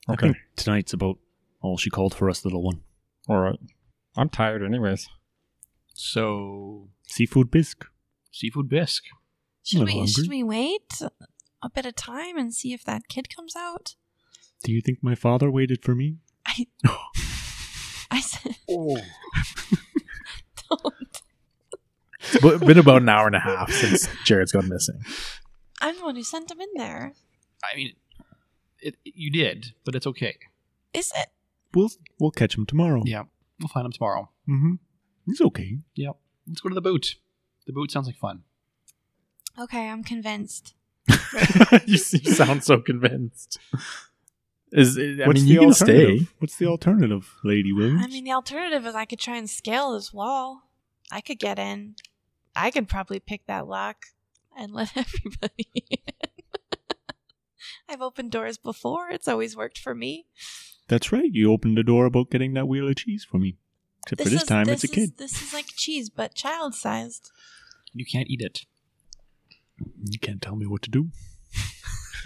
I
Okay.
think tonight's about all she called for us, little one.
All right. I'm tired, anyways.
So
Seafood bisque.
seafood bisque.
I'm
Should
a little
we, should
hungry.
we wait a bit of time and see if that kid comes out?
Do you think my father waited for me?
I, I said,
Oh,
don't.
It's been about an hour and a half since Jared's gone missing.
I'm the one who sent him in there.
I mean, it, you did, but it's okay.
Is it?
We'll we'll catch him tomorrow.
Yeah, we'll find him tomorrow.
Mm-hmm. He's okay.
Yep. Let's go to the boot. The boot sounds like fun.
Okay, I'm convinced.
you, s- you sound so convinced. Is I
What's
mean,
the
you can
alternative?
stay.
What's the alternative, Lady Williams?
I mean, the alternative is I could try and scale this wall. I could get in. I could probably pick that lock and let everybody in. I've opened doors before, it's always worked for me.
That's right. You opened the door about getting that wheel of cheese for me. Except for this
is-
time, it's a
is-
kid.
This is like cheese, but child sized.
You can't eat it.
You can't tell me what to do.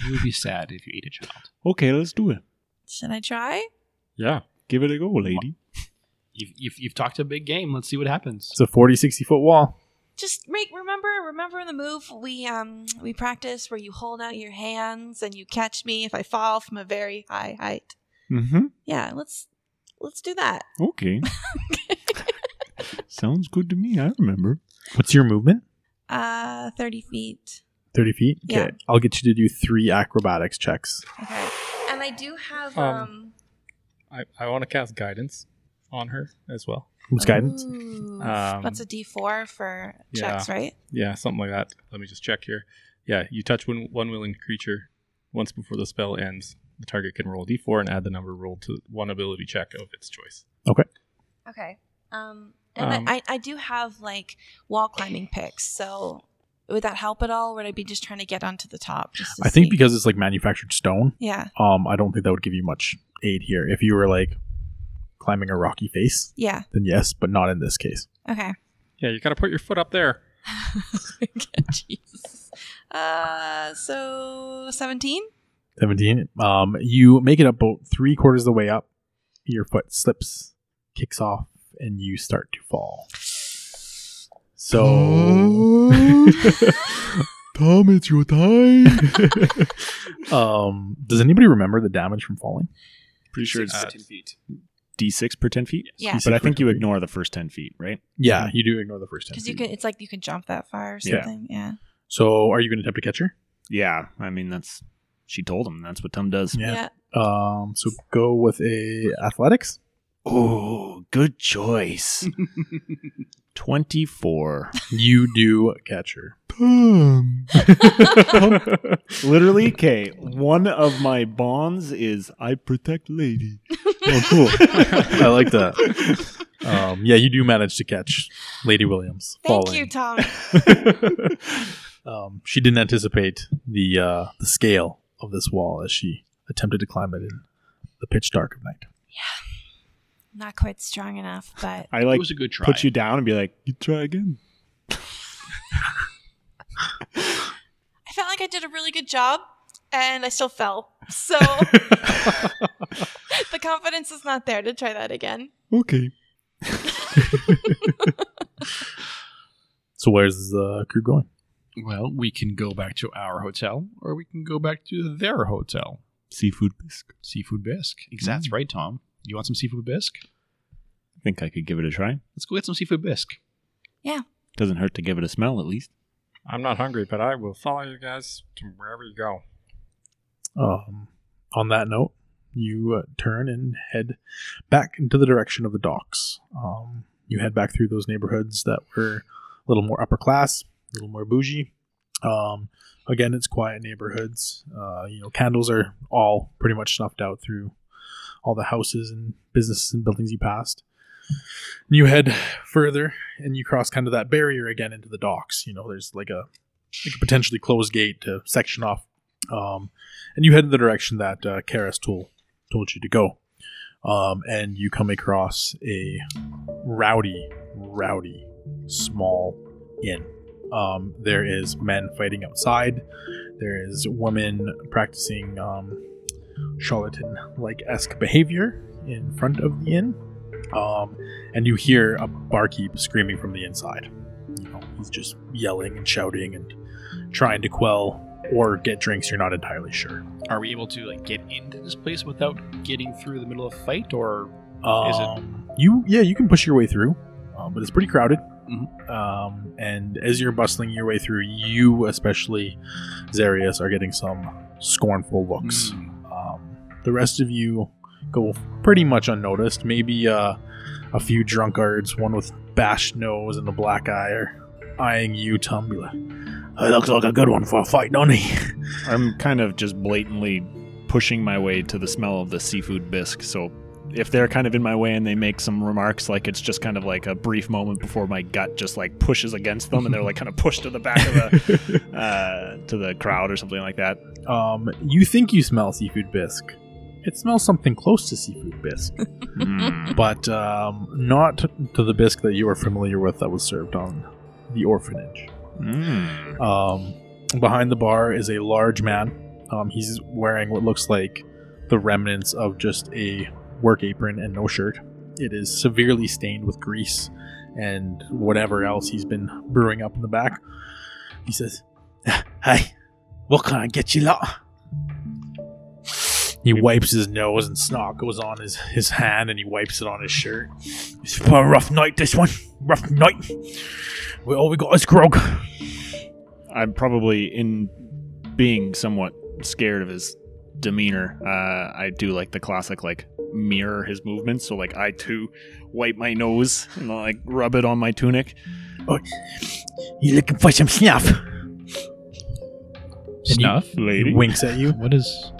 You would be sad if you ate a child.
Okay, let's do it.
Should I try?
Yeah.
Give it a go, lady.
You've, you've, you've talked a big game. Let's see what happens.
It's a 40, 60 foot wall.
Just make remember remember the move we um we practice where you hold out your hands and you catch me if I fall from a very high height.
Mm-hmm.
Yeah, let's let's do that.
Okay. Sounds good to me. I remember.
What's your movement?
Uh, thirty feet.
30 feet? Okay.
Yeah.
I'll get you to do three acrobatics checks.
Okay. And I do have
Um,
um.
I, I want to cast guidance on her as well.
Who's guidance?
ooh,
Um,
that's a D four for
yeah.
checks, right?
Yeah, something like that. Let me just check here. Yeah, you touch one, one willing creature once before the spell ends. The target can roll a d4 and add the number rolled to one ability check of its choice.
Okay. Um, and
Um,
I, I I do have like wall climbing picks, so would that help at all? Would I be just trying to get onto the top? just to
I think
see?
because it's like manufactured stone,
yeah,
um, I don't think that would give you much aid here. If you were like climbing a rocky face,
yeah.
then yes, but not in this case.
Okay.
Yeah, you got to put your foot up there.
Jesus. Uh, so seventeen.
17. Um, you make it up about three quarters of the way up. Your foot slips, kicks off, and you start to fall. So Tom, it's your time. um, does anybody remember the damage from falling?
Pretty sure it's
Uh, ten feet.
D6 per 10 feet.
Yeah.
But I think you ignore the first 10 feet, right?
Yeah, you do ignore the first ten.
Because you
feet.
could, it's like you can jump that far or
Yeah.
something. Yeah.
So, are you going to attempt to catch her?
Yeah. I mean, that's, she told him that's what Tom does.
Yeah.
Um, so go with a athletics.
Oh, good choice. 24.
You do catch her.
Literally, okay. One of my bonds is I protect lady.
Oh, cool. I like that. Um, yeah, you do manage to catch Lady Williams.
Thank
falling.
you, Tom.
um, she didn't anticipate the uh, the scale of this wall as she attempted to climb it in the pitch dark of night.
Not quite strong enough, but
I
It
like
was a good try.
put you down and be like, you try again.
I felt like I did a really good job and I still fell. So the confidence is not there to try that again.
Okay.
So where's the crew going?
well, we can go back to our hotel, or we can go back to their hotel.
Seafood bisque.
Seafood bisque. Ex- That's right, Tom. You want some seafood bisque?
I think I could give it a try.
Let's go get some seafood bisque.
Doesn't hurt to give it a smell, at least.
I'm not hungry, but I will follow you guys to wherever you go.
Um, on that note, you uh, turn and head back into the direction of the docks. Um, you head back through those neighborhoods that were a little more upper class, a little more bougie. Um, again, it's quiet neighborhoods. Uh, you know, candles are all pretty much snuffed out through all the houses and businesses and buildings you passed. And you head further and you cross kind of that barrier again into the docks. You know, there's like a, like a potentially closed gate to section off um, and you head in the direction that uh, Karis tool told you to go. Um, and you come across a rowdy, rowdy small inn. Um, there is men fighting outside. There is women practicing um, charlatan-like esque behavior in front of the inn. Um, and you hear a barkeep screaming from the inside. You know, he's just yelling and shouting and trying to quell or get drinks you're not entirely sure.
Are we able to like get into this place without getting through the middle of a fight, or Is it-
Um, you? Yeah, you can push your way through, um, but it's pretty crowded.
Mhm.
Um, and as you're bustling your way through, you especially Zarius are getting some scornful looks.
Hmm. Mm.
Um, the rest of you go pretty much unnoticed. Maybe uh, a few drunkards, one with bashed nose and a black eye, are eyeing you, Tom. Be like, "It looks like a good one for a fight, don't he?"
I'm kind of just blatantly pushing my way to the smell of the seafood bisque. So if they're kind of in my way and they make some remarks, like it's just kind of like a brief moment before my gut just like pushes against them and they're like kind of pushed to the back of the uh, to the crowd or something like that.
Um, you think you smell seafood bisque. It smells something close to seafood bisque.
Mm.
but um, not to the bisque that you are familiar with that was served on the orphanage.
Mm.
Um, behind the bar is a large man. Um, he's wearing what looks like the remnants of just a work apron and no shirt. It is severely stained with grease and whatever else he's been brewing up in the back. He says, "Ah, Hey, what can I get you lot? He wipes his nose and snot goes on his, his hand and he wipes it on his shirt. It's a rough night, this one. Rough night. We, all we got is grog.
I'm probably in being somewhat scared of his demeanor. Uh, I do like the classic like mirror his movements. So like I too wipe my nose and like rub it on my tunic.
You looking for some snuff?
snuff?
Lady.
Winks at you.
What is?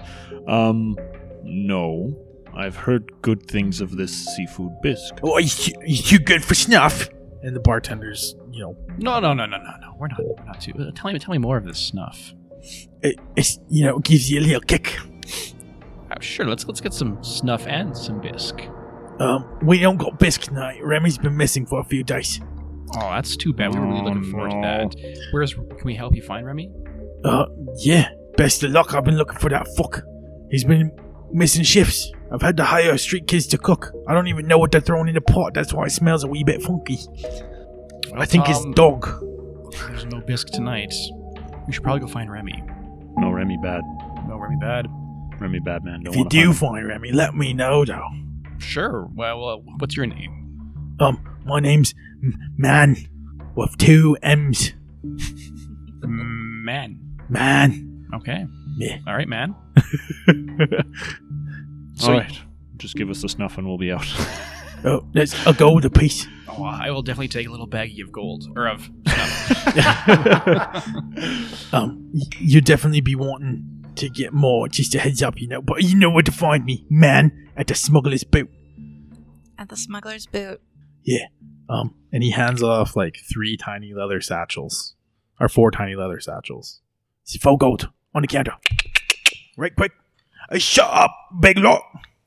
Um, no. I've heard good things of this seafood bisque.
Oh, you, you too good for snuff? And the bartender's, you know,
No, no, no, no, no, no. We're not. We're not too. Uh, tell me, tell me more of this snuff.
it, it's you know gives you a little kick.
Uh, sure, let's let's get some snuff and some bisque.
Um, we don't got bisque tonight. Remy's been missing for a few days.
Oh, that's too bad. We were really
Oh,
looking forward
no.
to that. Where's can we help you find Remy?
Uh, yeah. Best of luck. I've been looking for that fuck. He's been missing shifts. I've had to hire street kids to cook. I don't even know what they're throwing in the pot. That's why it smells a wee bit funky. I think it's
Um,
dog.
There's no bisque tonight. We should probably go find Remy.
No, Remy bad.
No, Remy bad.
Remy bad man. Don't
if you
wanna
do
hunt.
find Remy, let me know though.
Sure. Well, uh, what's your name?
Um, my name's M- Man with two M's.
Mm,
Man.
Man.
Okay.
Meh.
All right, man.
All right, just give us the snuff and we'll be out.
Oh, that's a gold apiece.
Oh, I will definitely take a little baggie of gold or of.
Um, y- you'll definitely be wanting to get more. Just a heads up, you know. But you know where to find me, man, at the smuggler's boot.
At the smuggler's boot.
Um, and he hands off like three tiny leather satchels, or four tiny leather satchels. See, four gold on the counter. Right, quick. Hey, shut up, big lot.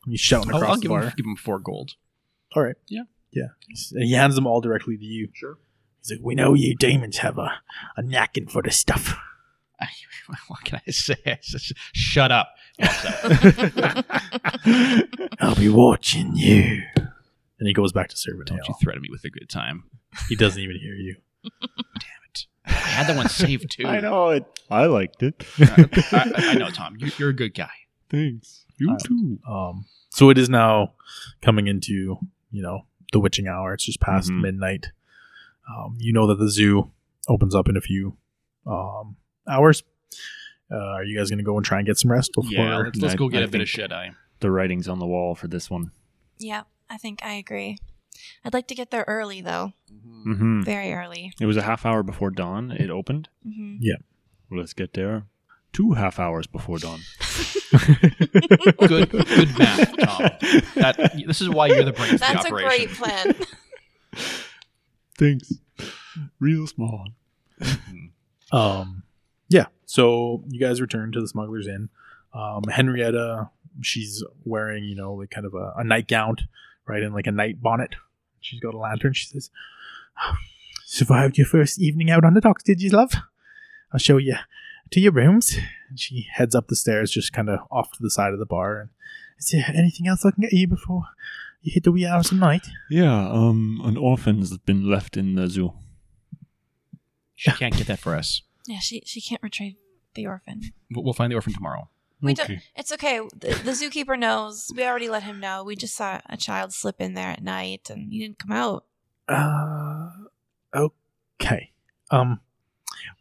He's shouting
I'll,
across
I'll
the
give
bar.
him give him four gold.
All right.
Yeah.
Yeah. He's- and he hands them all directly to you. Sure. He's like, we know you demons have a, a knacking for this stuff.
what can I say? It's just- shut up.
I'll be watching you. And he goes back to Servantale.
Don't you threaten me with a good time.
He doesn't even hear you.
I had that one saved too.
I know it. I liked it.
I, I know, Tom. You, you're a good guy.
Thanks. You
Uh,
too.
Um, so it is now coming into you know the witching hour. It's just past
Mm-hmm.
Mhm.
midnight. Um, you know that the zoo opens up in a few um, hours. Uh, are you guys going to go and try and get some rest before?
yeah, let's, let's
I-
go get
I
a bit of
think-
shit eye.
The writing's on the wall for this one.
Yep, I think I agree. I'd like to get there early, though.
Mm-hmm.
Very early.
It was a half hour before dawn. It opened.
hmm
Let's get there. Two half hours before dawn.
Good, good math, Tom. That, this is why you're the brains of the
That's a
operation.
great plan.
Thanks. Real small.
Um, yeah. So you guys return to the Smuggler's Inn. Um, Henrietta, she's wearing, you know, like kind of a, a nightgown, right? And like a night bonnet. She's got a lantern. She says, Survived your first evening out on the docks, did you, love? I'll show you to your rooms. And she heads up the stairs, just kind of off to the side of the bar. And is there anything else I can get you before you hit the wee hours of night?
Yeah, um, an orphan's been left in the zoo.
She can't get that for us.
yeah, she she can't retrieve the orphan.
We'll, we'll find the orphan tomorrow.
We don't. It's okay. The, the zookeeper knows. We already let him know. We just saw a child slip in there at night, and he didn't come out.
Uh, okay. Um,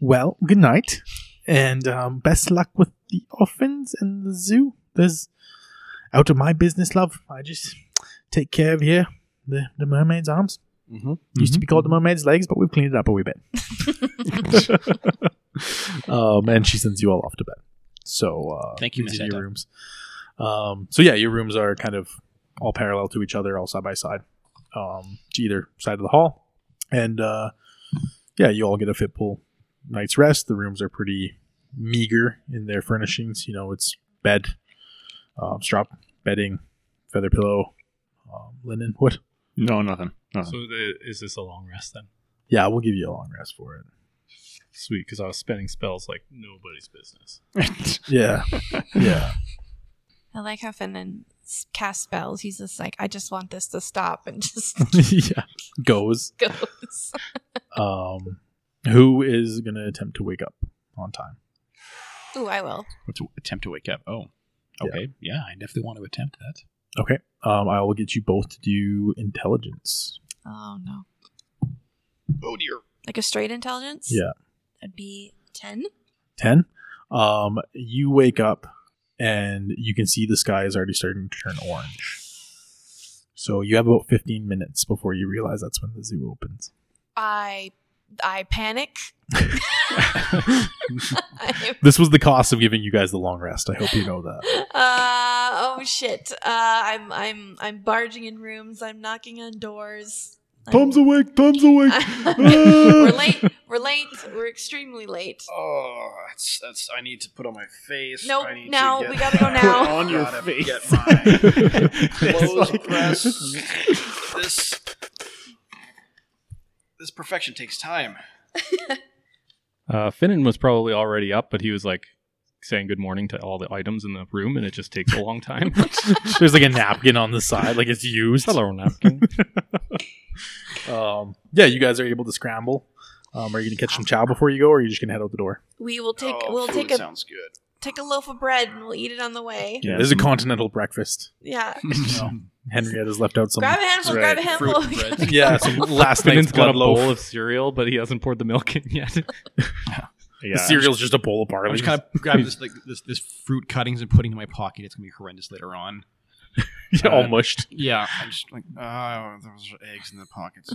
well, good night, and um, best luck with the orphans and the zoo. There's out of my business, love. I just take care of here. The the mermaid's arms
Mm-hmm.
used to be called the mermaid's legs, but we've cleaned it up a wee bit. um, and she sends you all off to bed. So uh,
Thank you,
these
Miss
are
Etta.
your rooms. Um, so yeah, your rooms are kind of all parallel to each other, all side by side, um, to either side of the hall, and uh, yeah, you all get a fitful night's rest. The rooms are pretty meager in their furnishings. You know, it's bed, um, strap bedding, feather pillow, um, linen. What?
Mm-hmm. No, nothing. Nothing.
So the, is this a long rest then?
Yeah, we'll give you a long rest for it.
Sweet, because I was spending spells like nobody's business.
Yeah, yeah.
I like how Finnan s- casts spells. He's just like, I just want this to stop, and just
yeah, goes.
goes.
Um, who is going to attempt to wake up on time?
Ooh, I will.
To attempt to wake up. Oh,
Yeah.
okay. Yeah. I definitely want to attempt that.
Okay. Um, I will get you both to do intelligence.
Oh no,
Oh dear.
like a straight intelligence.
Yeah.
that'd be ten.
Ten. Um, you wake up and you can see the sky is already starting to turn orange. So you have about fifteen minutes before you realize that's when the zoo opens.
I I panic. I-
This was the cost of giving you guys the long rest. I hope you know that.
Uh, oh shit. Uh, I'm I'm I'm barging in rooms. I'm knocking on doors. I'm-
awake! Tom's awake!
we're late. We're late. We're extremely late.
Oh, that's, that's. I need to put on my face.
Nope,
I need
now,
get
we gotta go
my-
now. Put
on your
gotta
face.
Get my
It's
clothes
like-
pressed. this this perfection takes time.
Uh, Finnan was probably already up, but he was like saying good morning to all the items in the room, and it just takes a long time.
There's like a napkin on the side, like it's used.
Hello, napkin.
um, yeah, you guys are able to scramble. Um, are you going to catch some chow before you go, or are you just going to head out the door?
We will take
Oh,
we'll
food
take a
sounds good.
take a loaf of bread and we'll eat it on the way.
Yeah.
this is a continental breakfast.
Yeah.
Henrietta's left out some.
grab a handful,
right,
grab a handful.
fruit and bread.
yeah, some last night's
Finnan's got a
blood loaf.
bowl of cereal, but he hasn't poured the milk in yet.
Yeah.
The cereal's just a bowl of barley.
I'm just kind of grabbing this, like, this this fruit cuttings and putting it in my pocket. It's gonna be horrendous later on.
Yeah, all mushed.
Yeah, I'm just like, oh, those are eggs in the pockets.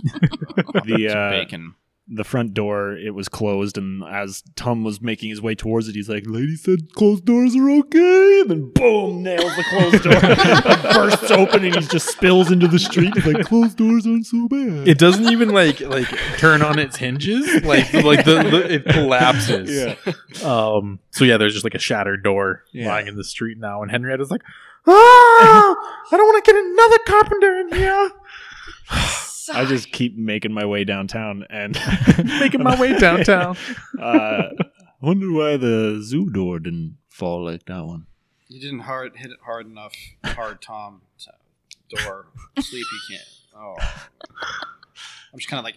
The,
Some
uh,
bacon.
the front door it was closed and as tom was making his way towards it he's like lady said closed doors are okay and then boom nails the closed door It bursts open and he just spills into the street he's like closed doors aren't so bad
It doesn't even like like turn on its hinges. Like like the, the it collapses.
yeah
Um. So yeah, there's just like a shattered door
Yeah.
lying in the street now, and Henrietta's like, "Ah, I don't want to get another carpenter in here."
i just keep making my way downtown and
Making my way downtown.
uh wonder why the zoo door didn't fall like that one
You didn't hard hit it hard enough. Hard Tom t- door. Sleepy can't. Oh, I'm just kind of like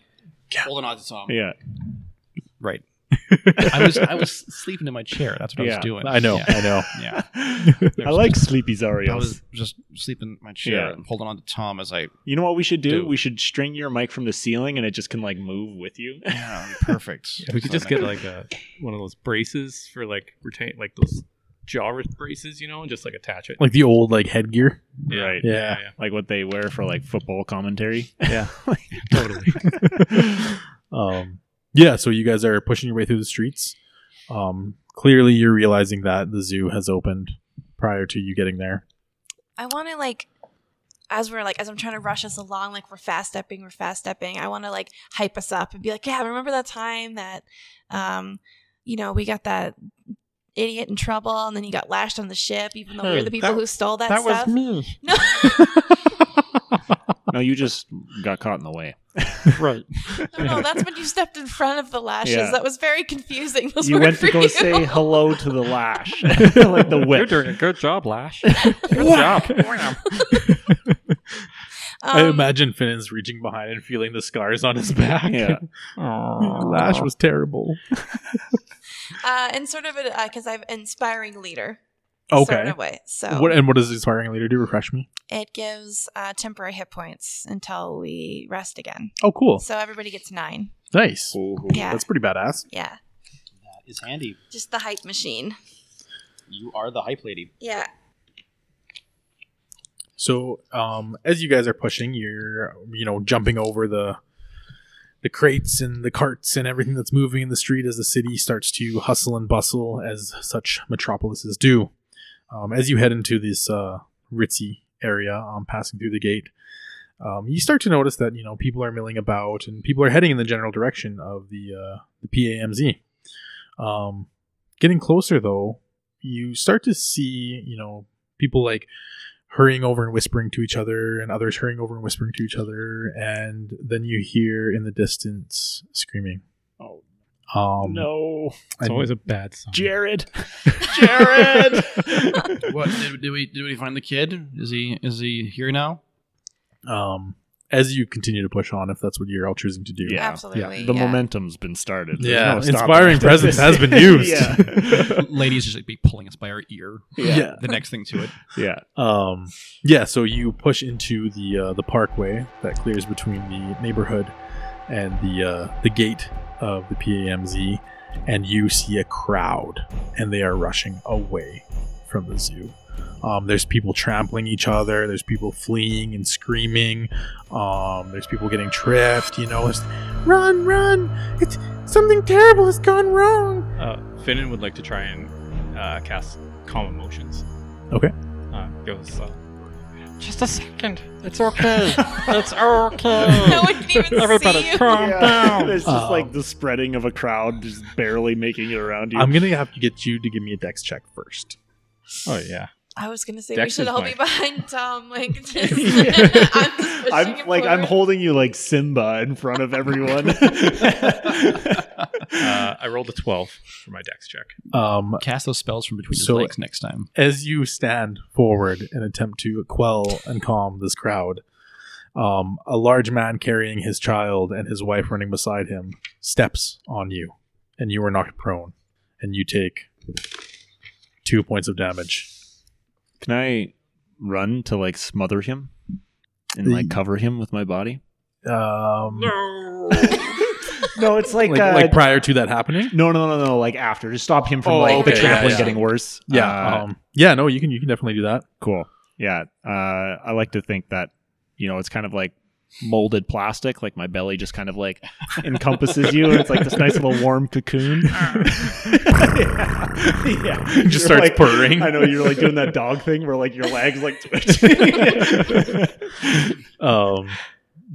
holding on to Tom.
yeah
Right. I was I was sleeping in my chair. That's what I
Yeah,
was doing.
I know.
Yeah.
I know.
Yeah.
i like sleepy
I
zarios
was just sleeping in my chair
Yeah.
and holding on to Tom as I.
you know what we should do?
Dude.
we should string your mic from the ceiling and it just can like move with you
Yeah, that'd be perfect.
we could just get like a one of those braces for like retain like those jaw re- braces, you know, and just like attach it.
Like the old like headgear.
right
Yeah.
like what they wear for like football commentary
Yeah.
totally.
um. Yeah. So you guys are pushing your way through the streets. Um. Clearly, you're realizing that the zoo has opened prior to you getting there.
I want to like as we're like as I'm trying to rush us along, like we're fast stepping, we're fast stepping. I want to like hype us up and be like, yeah, remember that time that, um, you know, we got that idiot in trouble, and then you got lashed on the ship, even though we
Hey,
were the people
that-
who stole that,
that
stuff.
was me.
No,
no you just got caught in the way
right.
no, no, that's when you stepped in front of the lashes.
Yeah.
That was very confusing. Those
you
weren't
went to
for
go
you.
say hello to the lash, like the
You're
whip.
doing a good job, Lash. Good job.
Um,
I imagine Finnan's reaching behind and feeling the scars on his back.
Yeah,
Lash was terrible.
uh, and sort of because I'm inspiring leader.
Okay.
Sort of way. So
What and what does inspiring leader do? Refresh me.
it gives uh, temporary hit points until we rest again.
Oh, cool.
So everybody gets nine.
Nice.
Yeah.
That's pretty badass.
Yeah.
That is handy.
Just the hype machine.
You are the hype lady.
Yeah.
So, um, as you guys are pushing, you're you know jumping over the the crates and the carts and everything that's moving in the street as the city starts to hustle and bustle as such metropolises do. Um, as you head into this uh, ritzy area, um, passing through the gate, um, you start to notice that you know people are milling about and people are heading in the general direction of the uh, the PAMZ. Um, getting closer though, you start to see you know people like hurrying over and whispering to each other, and others hurrying over and whispering to each other, and then you hear in the distance screaming.
Oh.
um,
no,
It's always a bad sign.
Jared.
Jared. what did, did we did we find the kid? Is he is he here now?
um, as you continue to push on, if that's what you're all choosing to do.
Yeah.
Absolutely.
The
yeah.
momentum's been started. There's
Yeah,
no stopping
inspiring
it.
presence has been used.
yeah.
Ladies just like be pulling us by our ear.
yeah, yeah,
The next thing to it.
Um, yeah, so you push into the uh, the parkway that clears between the neighborhood and the uh, the gate of the PAMZ, and you see a crowd, and they are rushing away from the zoo. Um, there's people trampling each other. There's people fleeing and screaming. Um, there's people getting tripped. You know, it's run, run! It's something terrible has gone wrong.
Uh, Finnan would like to try and uh, cast calm emotions.
Okay.
Uh, goes. Uh,
Just a second. It's okay. it's okay.
No one can even see
Everybody,
you.
calm down.
There's just
Um,
like the spreading of a crowd, just barely making it around you.
I'm gonna have to get you to give me a dex check first.
oh yeah.
I was gonna say
Dex
we
is
should all
my-
be behind Tom. Like, just, I'm
Yeah.
just pushing
I'm,
him
like I'm
forward.
holding you like Simba in front of everyone.
Uh, I rolled a twelve for my dex check.
Um,
Cast those spells from between your
So-
legs next time.
as you stand forward and attempt to quell and calm this crowd, Um, a large man carrying his child and his wife running beside him steps on you, and you are knocked prone, and you take two points of damage.
Can I run to like smother him and like cover him with my body?
Um,
No, it's like
like,
uh,
like prior to that happening.
no, no, no, no, like after to stop him from
Oh,
like the
okay,
trampling
yeah, yeah.
getting worse. Uh,
Yeah, um, yeah. No, you can you can definitely do that.
Cool. Yeah. Uh, I like to think that, you know, it's kind of like molded plastic. Like my belly just kind of like encompasses you. And it's like this nice little warm cocoon. yeah. yeah.
Just starts
like,
purring.
I know you're like doing that dog thing where like your legs like twitching.
Um,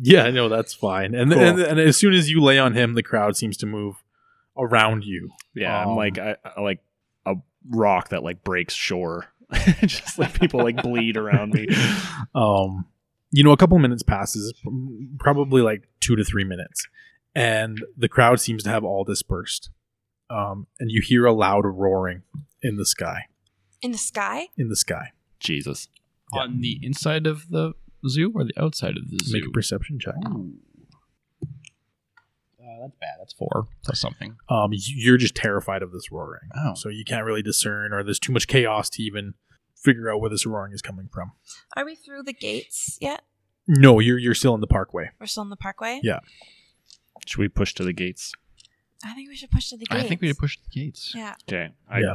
yeah, no, that's fine. And,
Cool.
and and as soon as you lay on him, the crowd seems to move around you.
yeah.
Um,
I'm like, I, I like a rock that like breaks shore. just like people like bleed around me.
um you know a couple minutes passes m- probably like two to three minutes and the crowd seems to have all dispersed um and you hear a loud roaring in the sky
In the sky?
in the sky
Jesus.
Yeah.
On the inside of the zoo or the outside of the zoo? Hmm.
make a perception check
Ooh. Uh, that's bad. That's four plus something.
um y- you're just terrified of this roaring
Oh.
so you can't really discern or there's too much chaos to even figure out where this roaring is coming from
Are we through the gates yet?
no you're you're still in the parkway
We're still in the parkway?
Yeah.
Should we push to the gates?
I think we should push to the gates.
I think we need to push the gates.
Yeah.
Okay. I
Yeah.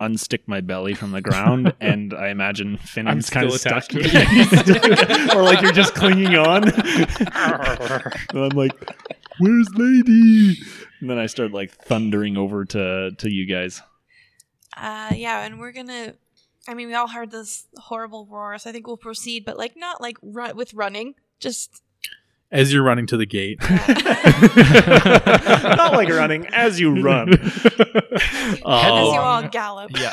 unstick my belly from the ground, and I imagine Finn
I'm
is kind of
still
stuck.
attached to it.
or like you're just clinging on. and I'm like, "Where's Lady?" And then I start like thundering over to to you guys.
Uh, yeah, and we're gonna. I mean, we all heard this horrible roar, so I think we'll proceed, but like not like run with running, just
as you're running to the gate
Not like running as you run.
as
Oh.
you
um,
all gallop.
Yeah.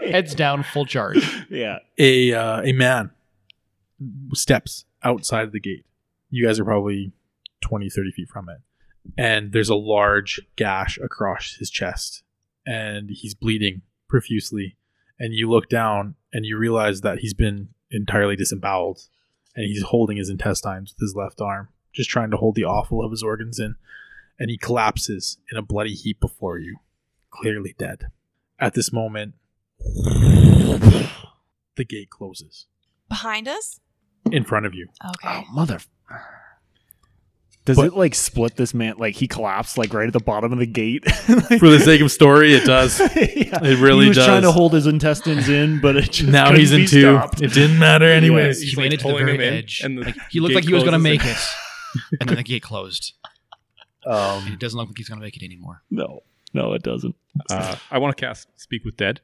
Heads down, full charge.
yeah.
a uh, a man steps outside the gate. You guys are probably 20, 30 feet from it. And there's a large gash across his chest. And he's bleeding profusely. And you look down and you realize that he's been entirely disemboweled. And he's holding his intestines with his left arm, just trying to hold the offal of his organs in. And he collapses in a bloody heap before you, clearly dead. At this moment, the gate closes
Behind us?
in front of you.
Okay.
mother. Does
Oh, But-
it like split this man? Like he collapsed like right at the bottom of the gate.
For the sake of story, it does. It
yeah.
really
he was
does.
trying to hold his intestines in, but it just
now
couldn't
he's in
be
two.
stopped.
It didn't matter anyways.
he's
He
like
made it to the
pulling
very
him in,
edge.
and the
like, he looked
gate
like he was going to make
closes and-
it. And then the gate closed. And
Um,
it doesn't look like he's going to make it anymore.
No, no, it doesn't.
Uh, I want to cast Speak with Dead.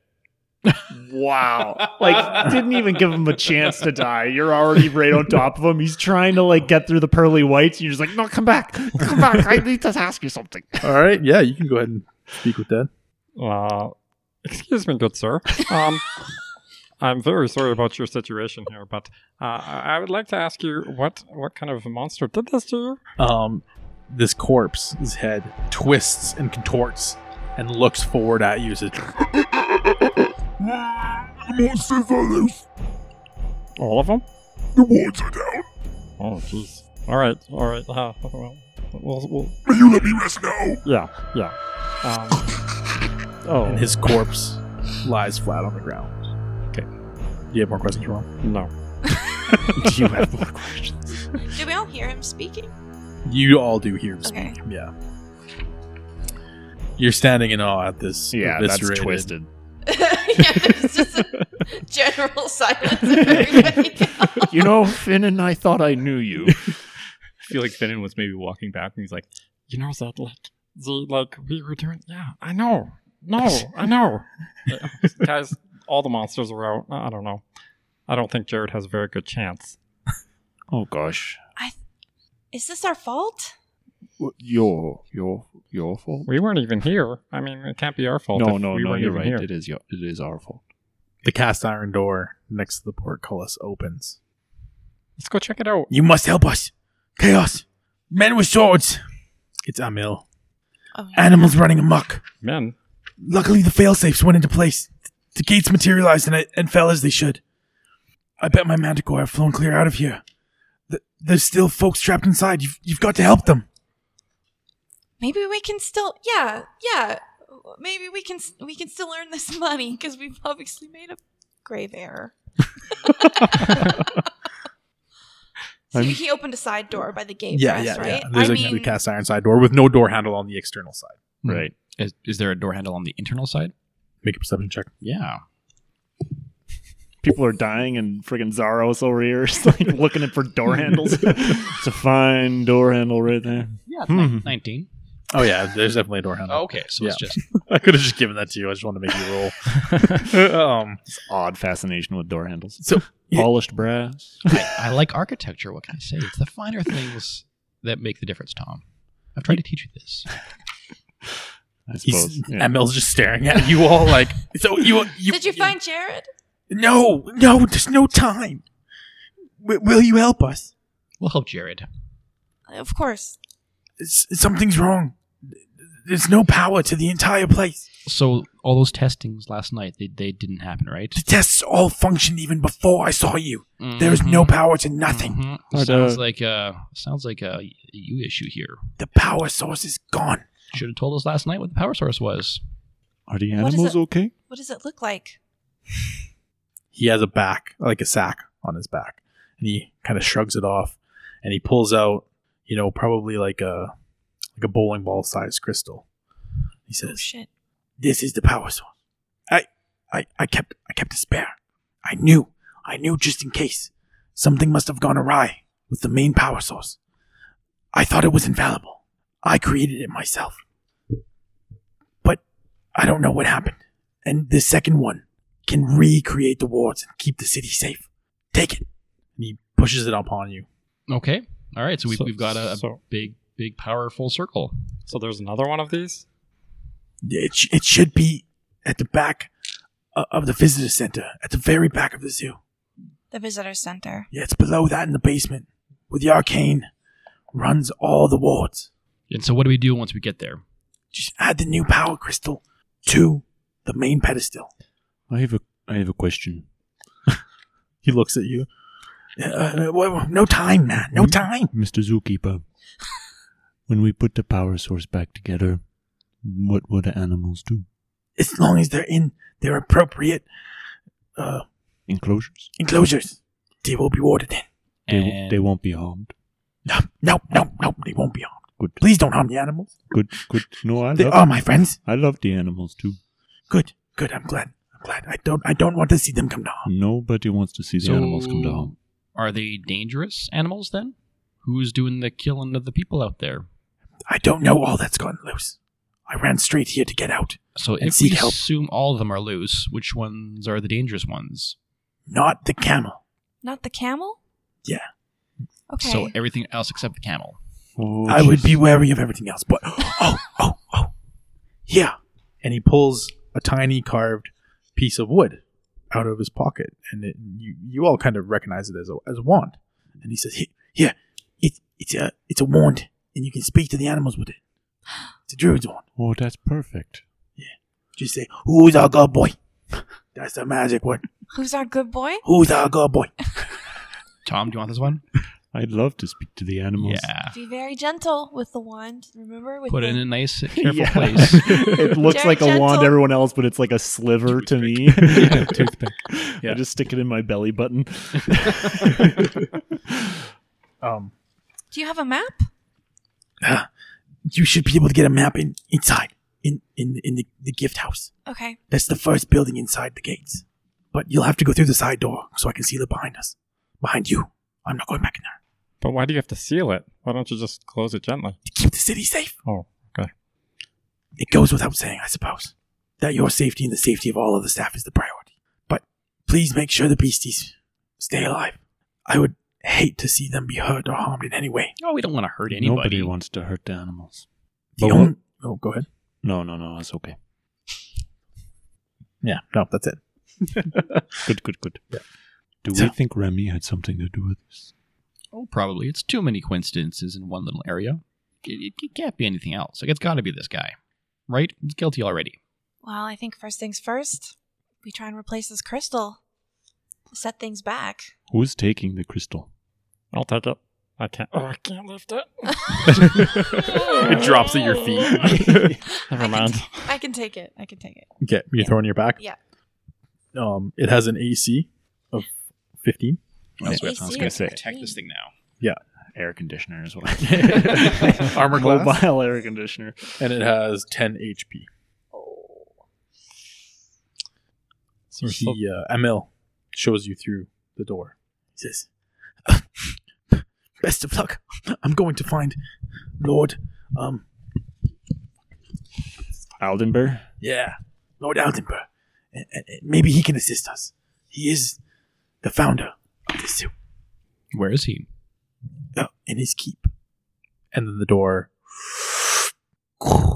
Wow. Like, didn't even give him a chance to die. You're already right on top of him. He's trying to, like, get through the pearly whites. And you're just like, no, come back. Come back. I need to ask you something.
all right, yeah, you can go ahead and speak with that.
Uh, excuse me, good sir. Um, I'm very sorry about your situation here, but uh, I I would like to ask you what what kind of monster did this to you?
Um, this corpse, his head twists and contorts and looks forward at you. Says,
All of them? The walls are down. Oh, jeez. All right, all right. Uh, well, we'll, we'll... Will you let me rest now? Yeah, yeah. Um,
and
oh,
his corpse lies flat on the ground.
Okay.
You have more questions, Ron?
no.
Do you have more questions?
Did we all hear him speaking?
You all do hear him
Okay.
speak. Yeah. You're standing in awe at this.
Yeah, that's
eviscerated-
twisted.
yeah, there's just a general silence. of everybody else.
You know, Finn and I thought I knew you.
I feel like Finnan was maybe walking back, and he's like,
You know that, like, the, like we were doing. Yeah, I know. No, I know. Uh, Guys, all the monsters are out. I don't know. I don't think Jared has a very good chance.
Oh, gosh.
Is this our fault?
Your, your, your fault?
We weren't even here. I mean, it can't be our fault.
No,
if
no,
we
no,
weren't
you're
even
right.
here.
It is your, it is our fault.
The cast iron door next to the portcullis opens.
Let's go check it out.
You must help us. Chaos. Men with swords. It's Amil.
Oh, no.
Animals running amok.
Men,
Luckily, the failsafes went into place. The gates materialized and, and fell as they should. I bet my manticore have flown clear out of here. Th- there's still folks trapped inside. You've, you've got to help them.
Maybe we can still, yeah, yeah. Maybe we can we can still earn this money because we've obviously made a grave error. so
I'm-
he opened a side door by the gate.
yeah,
for us,
yeah,
right?
yeah. There's
I
a
mean,
the cast iron side door with no door handle on the external side.
Right.
Is, is there a door handle on the internal side?
Make a perception check.
Yeah.
People are dying and friggin' Zaros over here is like looking for door handles. it's a fine door handle right there.
Yeah.
Hmm.
nine- 19.
Oh yeah, there's definitely a door handle.
Oh, okay. So it's just
I could have just given that to you. I just wanted to make you roll. um,
It's odd fascination with door handles.
So-
polished brass.
I, I like architecture. What can I say? It's the finer things that make the difference, Tom. I've tried to teach you this.
I suppose.
he's,
Yeah.
Emil's just staring at you all like, so you, you
did you find Jared?
No, no, there's no time. W- will you help us?
We'll help Jared.
Of course.
S- something's wrong. There's no power to the entire place.
So all those testings last night, they, they didn't happen, right?
The tests all functioned even before I saw you. There is no
Mhm.
power to nothing.
Mhm.
Or
Sounds
the-
like a sounds like a you issue here.
The power source is gone.
Should have told us last night what the power source was.
Are the
What is
animals
it?
okay?
What does it look like?
He has a back, like a sack on his back, and he kind of shrugs it off, and he pulls out, you know, probably like a like a bowling ball sized crystal. He
Oh shit.
this is the power source. I, I, I kept, I kept a spare. I knew, I knew just in case. Something must have gone awry with the main power source. I thought it was infallible. I created it myself. But I don't know what happened. And this second one can recreate the wards and keep the city safe. Take it. And he pushes it upon you.
Okay. All right. So we've,
So-
we've got a, a
so,
big big powerful circle.
so there's another one of these.
It, sh- it should be at the back o- of the visitor center, at the very back of the zoo.
The visitor center.
Yeah, it's below that in the basement. With the arcane, runs all the wards.
And so what do we do once we get there?
Just add the new power crystal to the main pedestal.
I have a I have a question.
He looks at you. Mm-hmm. Uh, wha- wha- no time, man. No time.
Mr. Zookeeper. when we put the power source back together, what will the animals do?
As long as they're in their appropriate uh,
Enclosures?
enclosures, they will be warded in.
They, w-
And-
they won't be harmed.
No, no, no, no. They won't be harmed.
Good.
Please don't harm the animals.
Good good no, I
They
love
are my friends.
I love the animals too.
Good, good. I'm glad. I'm glad. I don't. I don't want to see them come to harm.
Nobody wants to see the
So-
animals come to harm.
Are they dangerous animals then? Who's doing the killing of the people out there?
I don't know all that's gotten loose. I ran straight here to get out.
So
And
if we
seek help.
assume all of them are loose, which ones are the dangerous ones?
Not the camel.
Not the camel?
Yeah.
Okay.
So everything else except the camel.
Oh,
I would be
jeez.
wary of everything else, but oh, oh, oh, yeah. And he pulls a tiny carved piece of wood out of his pocket, and it, you you all kind of recognize it as a as a wand. And he says, "Here, here, it, it's a it's a wand, and you can speak to the animals with it. It's a druid's wand.
Oh, that's perfect.
Just say, who's our god boy?' That's the magic word.
Who's our good boy?
Who's our god boy?
Tom, do you want this one?
I'd love to speak to the animals.
Yeah.
Be very gentle with the wand. Remember with
Put
the,
it in a nice, careful
Yeah.
place.
it looks
Very
like a wand
gentle.
to everyone else, but it's like a sliver to me.
Toothpick.
I just stick it in my belly button.
Um,
Do you have a map?
you should be able to get a map in inside in in in the, the gift house."
Okay.
That's the first building inside the gates. But you'll have to go through the side door so I can seal it behind us. Behind you. I'm not going back in there.
But why do you have to seal it? Why don't you just close it gently?
To keep the city safe.
Oh, okay.
It goes without saying, I suppose, that your safety and the safety of all of the staff is the priority. But please make sure the beasties stay alive. I would hate to see them be hurt or harmed in any way.
Oh, we don't want to hurt anybody.
Nobody wants to hurt the animals.
The
But what-
only- oh, go ahead.
No, no, no, it's okay.
Yeah, no, that's it.
Good, good, good. Do
So-
we think Remy had something to do with this?
Oh, probably. It's too many coincidences in one little area. It, it, it can't be anything else. Like, it's got to be this guy, right? He's guilty already.
Well, I think first things first, we try and replace this crystal. Set things back.
Who's taking the crystal?
I'll take it. I can't. Oh, I can't lift it.
It drops at your feet.
Never
I can,
mind.
t- I can take it. I can take it.
Okay, you throw it on your back.
Yeah.
Um, it has an AC of 15.
That's what I was
AC
going to
is
say.
fifteen.
Protect this thing now.
Air conditioner is what
Armor class?
Mobile air conditioner.
and it has 10 HP.
So we're still-
He, uh, Emil shows you through the door. He says, Best of luck. I'm going to find Lord, um,
Aldenberg.
yeah, Lord Aldenberg. And, and- and maybe he can assist us. He is the founder of this zoo
Where is he?
uh, in his keep. And then the door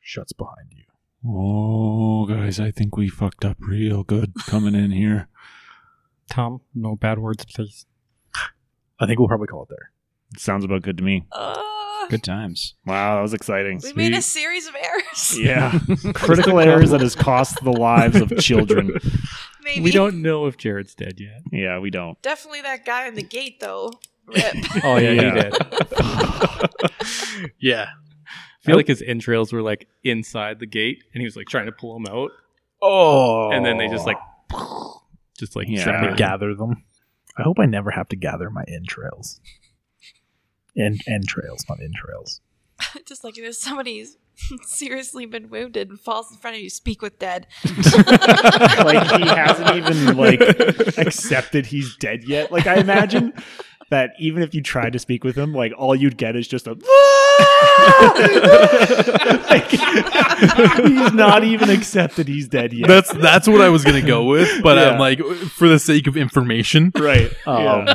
shuts behind you.
Oh, guys, I think we fucked up real good coming in here.
Tom, no bad words, please.
I think we'll probably call it there.
Sounds about good to me.
Uh,
Good times.
Wow, that was exciting.
we made a series of errors.
yeah, critical errors that has cost the lives of children.
Maybe.
We don't know if Jared's dead yet.
Yeah, we don't.
Definitely that guy in the gate, though. Rip.
Oh yeah,
Yeah.
he did.
Yeah.
I feel like his entrails were like inside the gate, and he was like trying to pull them out,
Oh.
and then they just like, just like
Yeah.
separate
to gather them. I hope I never have to gather my entrails. And entrails, not entrails.
Just like there's somebody who's seriously been wounded and falls in front of you, speak with dead.
like he hasn't even like accepted he's dead yet. Like I imagine that even if you tried to speak with him, like all you'd get is just a like, he's not even accepted he's dead yet.
That's that's what I was gonna go with, but
Yeah.
I'm like, for the sake of information,
right.
um,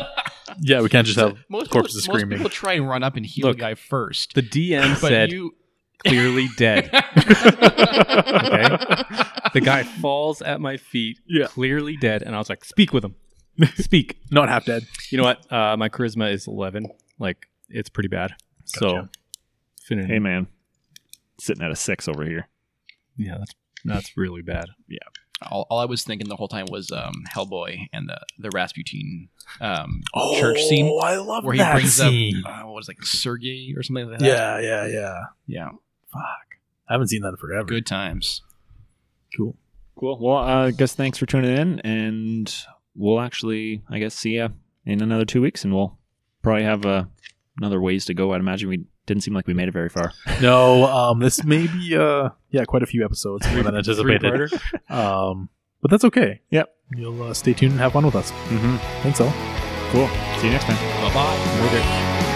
yeah. we can't just have
Most
corpses
people,
screaming.
Most people try and run up and heal
Look,
the guy first.
The DM
but
said
you,
clearly dead. okay, the guy falls at my feet,
Yeah.
clearly dead, and I was like, speak with him, speak.
not half dead.
You know what? Uh, my charisma is eleven. Like it's pretty bad. So,
Gotcha.
Finn,
Hey man, sitting at a six over here.
yeah, that's that's really bad.
all, all I was thinking the whole time was um, Hellboy and the the Rasputin um,
Oh,
church scene
I love
where he
that
brings
scene.
up uh, what was it, like Sergey or something like that.
yeah, yeah, yeah.
yeah,
Fuck, I haven't seen that in forever.
good times.
cool.
Cool. Well, uh, I guess thanks for tuning in, and we'll actually, I guess, see ya in another two weeks, and we'll probably have uh, another ways to go. I'd imagine we didn't seem like we made it very far.
No, um, this may be uh, yeah, quite a few episodes more than anticipated.
Three-parter.
Um, but that's okay.
Yep.
You'll uh, stay tuned and have fun with us.
Mm-hmm.
Thanks all.
Cool. See you next time.
Bye bye.
Bye.